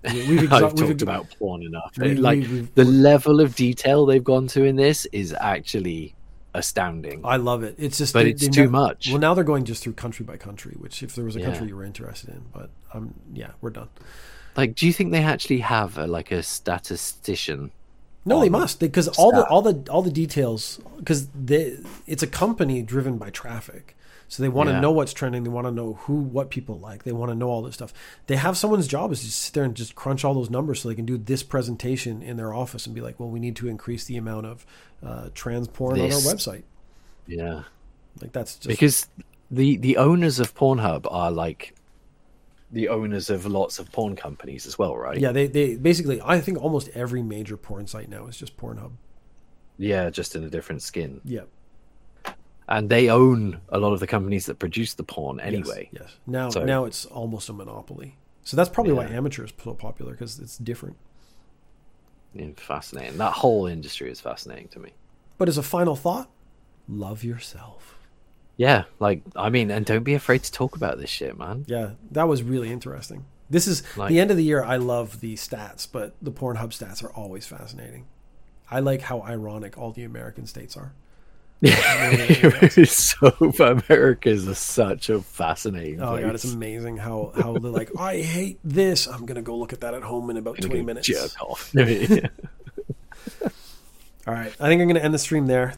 [SPEAKER 1] We- We've exa-
[SPEAKER 2] I've talked
[SPEAKER 1] we've ex-
[SPEAKER 2] about porn enough.
[SPEAKER 1] we-
[SPEAKER 2] It- like
[SPEAKER 1] we- we've-
[SPEAKER 2] the level of detail they've gone to in this is actually astounding.
[SPEAKER 1] I love it. It's just,
[SPEAKER 2] But it's too much.
[SPEAKER 1] Well, now they're going just through country by country, which if there was a country
[SPEAKER 2] Yeah.
[SPEAKER 1] you were interested in, but um, yeah, we're done.
[SPEAKER 2] Like, do you think they actually have a, like a statistician?
[SPEAKER 1] No, they
[SPEAKER 2] Um,
[SPEAKER 1] must because all the
[SPEAKER 2] stat.
[SPEAKER 1] all the all the details because it's a company driven by traffic, so they want to
[SPEAKER 2] Yeah.
[SPEAKER 1] know what's trending. They want to know who what people like. They want to know all this stuff. They have someone's job is to sit there and just crunch all those numbers so they can do this presentation in their office and be like, well, we need to increase the amount of uh, trans porn on
[SPEAKER 2] This.
[SPEAKER 1] our website.
[SPEAKER 2] Yeah,
[SPEAKER 1] Like that's just
[SPEAKER 2] because the the owners of Pornhub are like the owners of lots of porn companies as well, right?
[SPEAKER 1] Yeah, they, they basically, I think almost every major porn site now is just Pornhub.
[SPEAKER 2] Yeah, just in a different skin.
[SPEAKER 1] Yeah.
[SPEAKER 2] And they own a lot of the companies that produce the porn
[SPEAKER 1] Yes,
[SPEAKER 2] anyway.
[SPEAKER 1] Yes. Now,
[SPEAKER 2] So-
[SPEAKER 1] now it's almost a monopoly. So that's probably why
[SPEAKER 2] Yeah.
[SPEAKER 1] amateur is so popular because it's different.
[SPEAKER 2] And Fascinating. That whole industry is fascinating to me.
[SPEAKER 1] But as a final thought, love yourself.
[SPEAKER 2] Yeah, like I mean, and don't be afraid to talk about this shit, man.
[SPEAKER 1] Yeah, that was really interesting. This is
[SPEAKER 2] Like-
[SPEAKER 1] the end of the year. I love the stats, but the Pornhub stats are always fascinating. I like how ironic all the American states are.
[SPEAKER 2] it's so America's is such a fascinating.
[SPEAKER 1] Oh my
[SPEAKER 2] place.
[SPEAKER 1] god, it's amazing how how they're like, I hate this. I'm gonna go look at that at home in about
[SPEAKER 2] Gonna
[SPEAKER 1] twenty
[SPEAKER 2] go
[SPEAKER 1] minutes.
[SPEAKER 2] Jerk off. Yeah.
[SPEAKER 1] All right, I think I'm gonna end the stream there.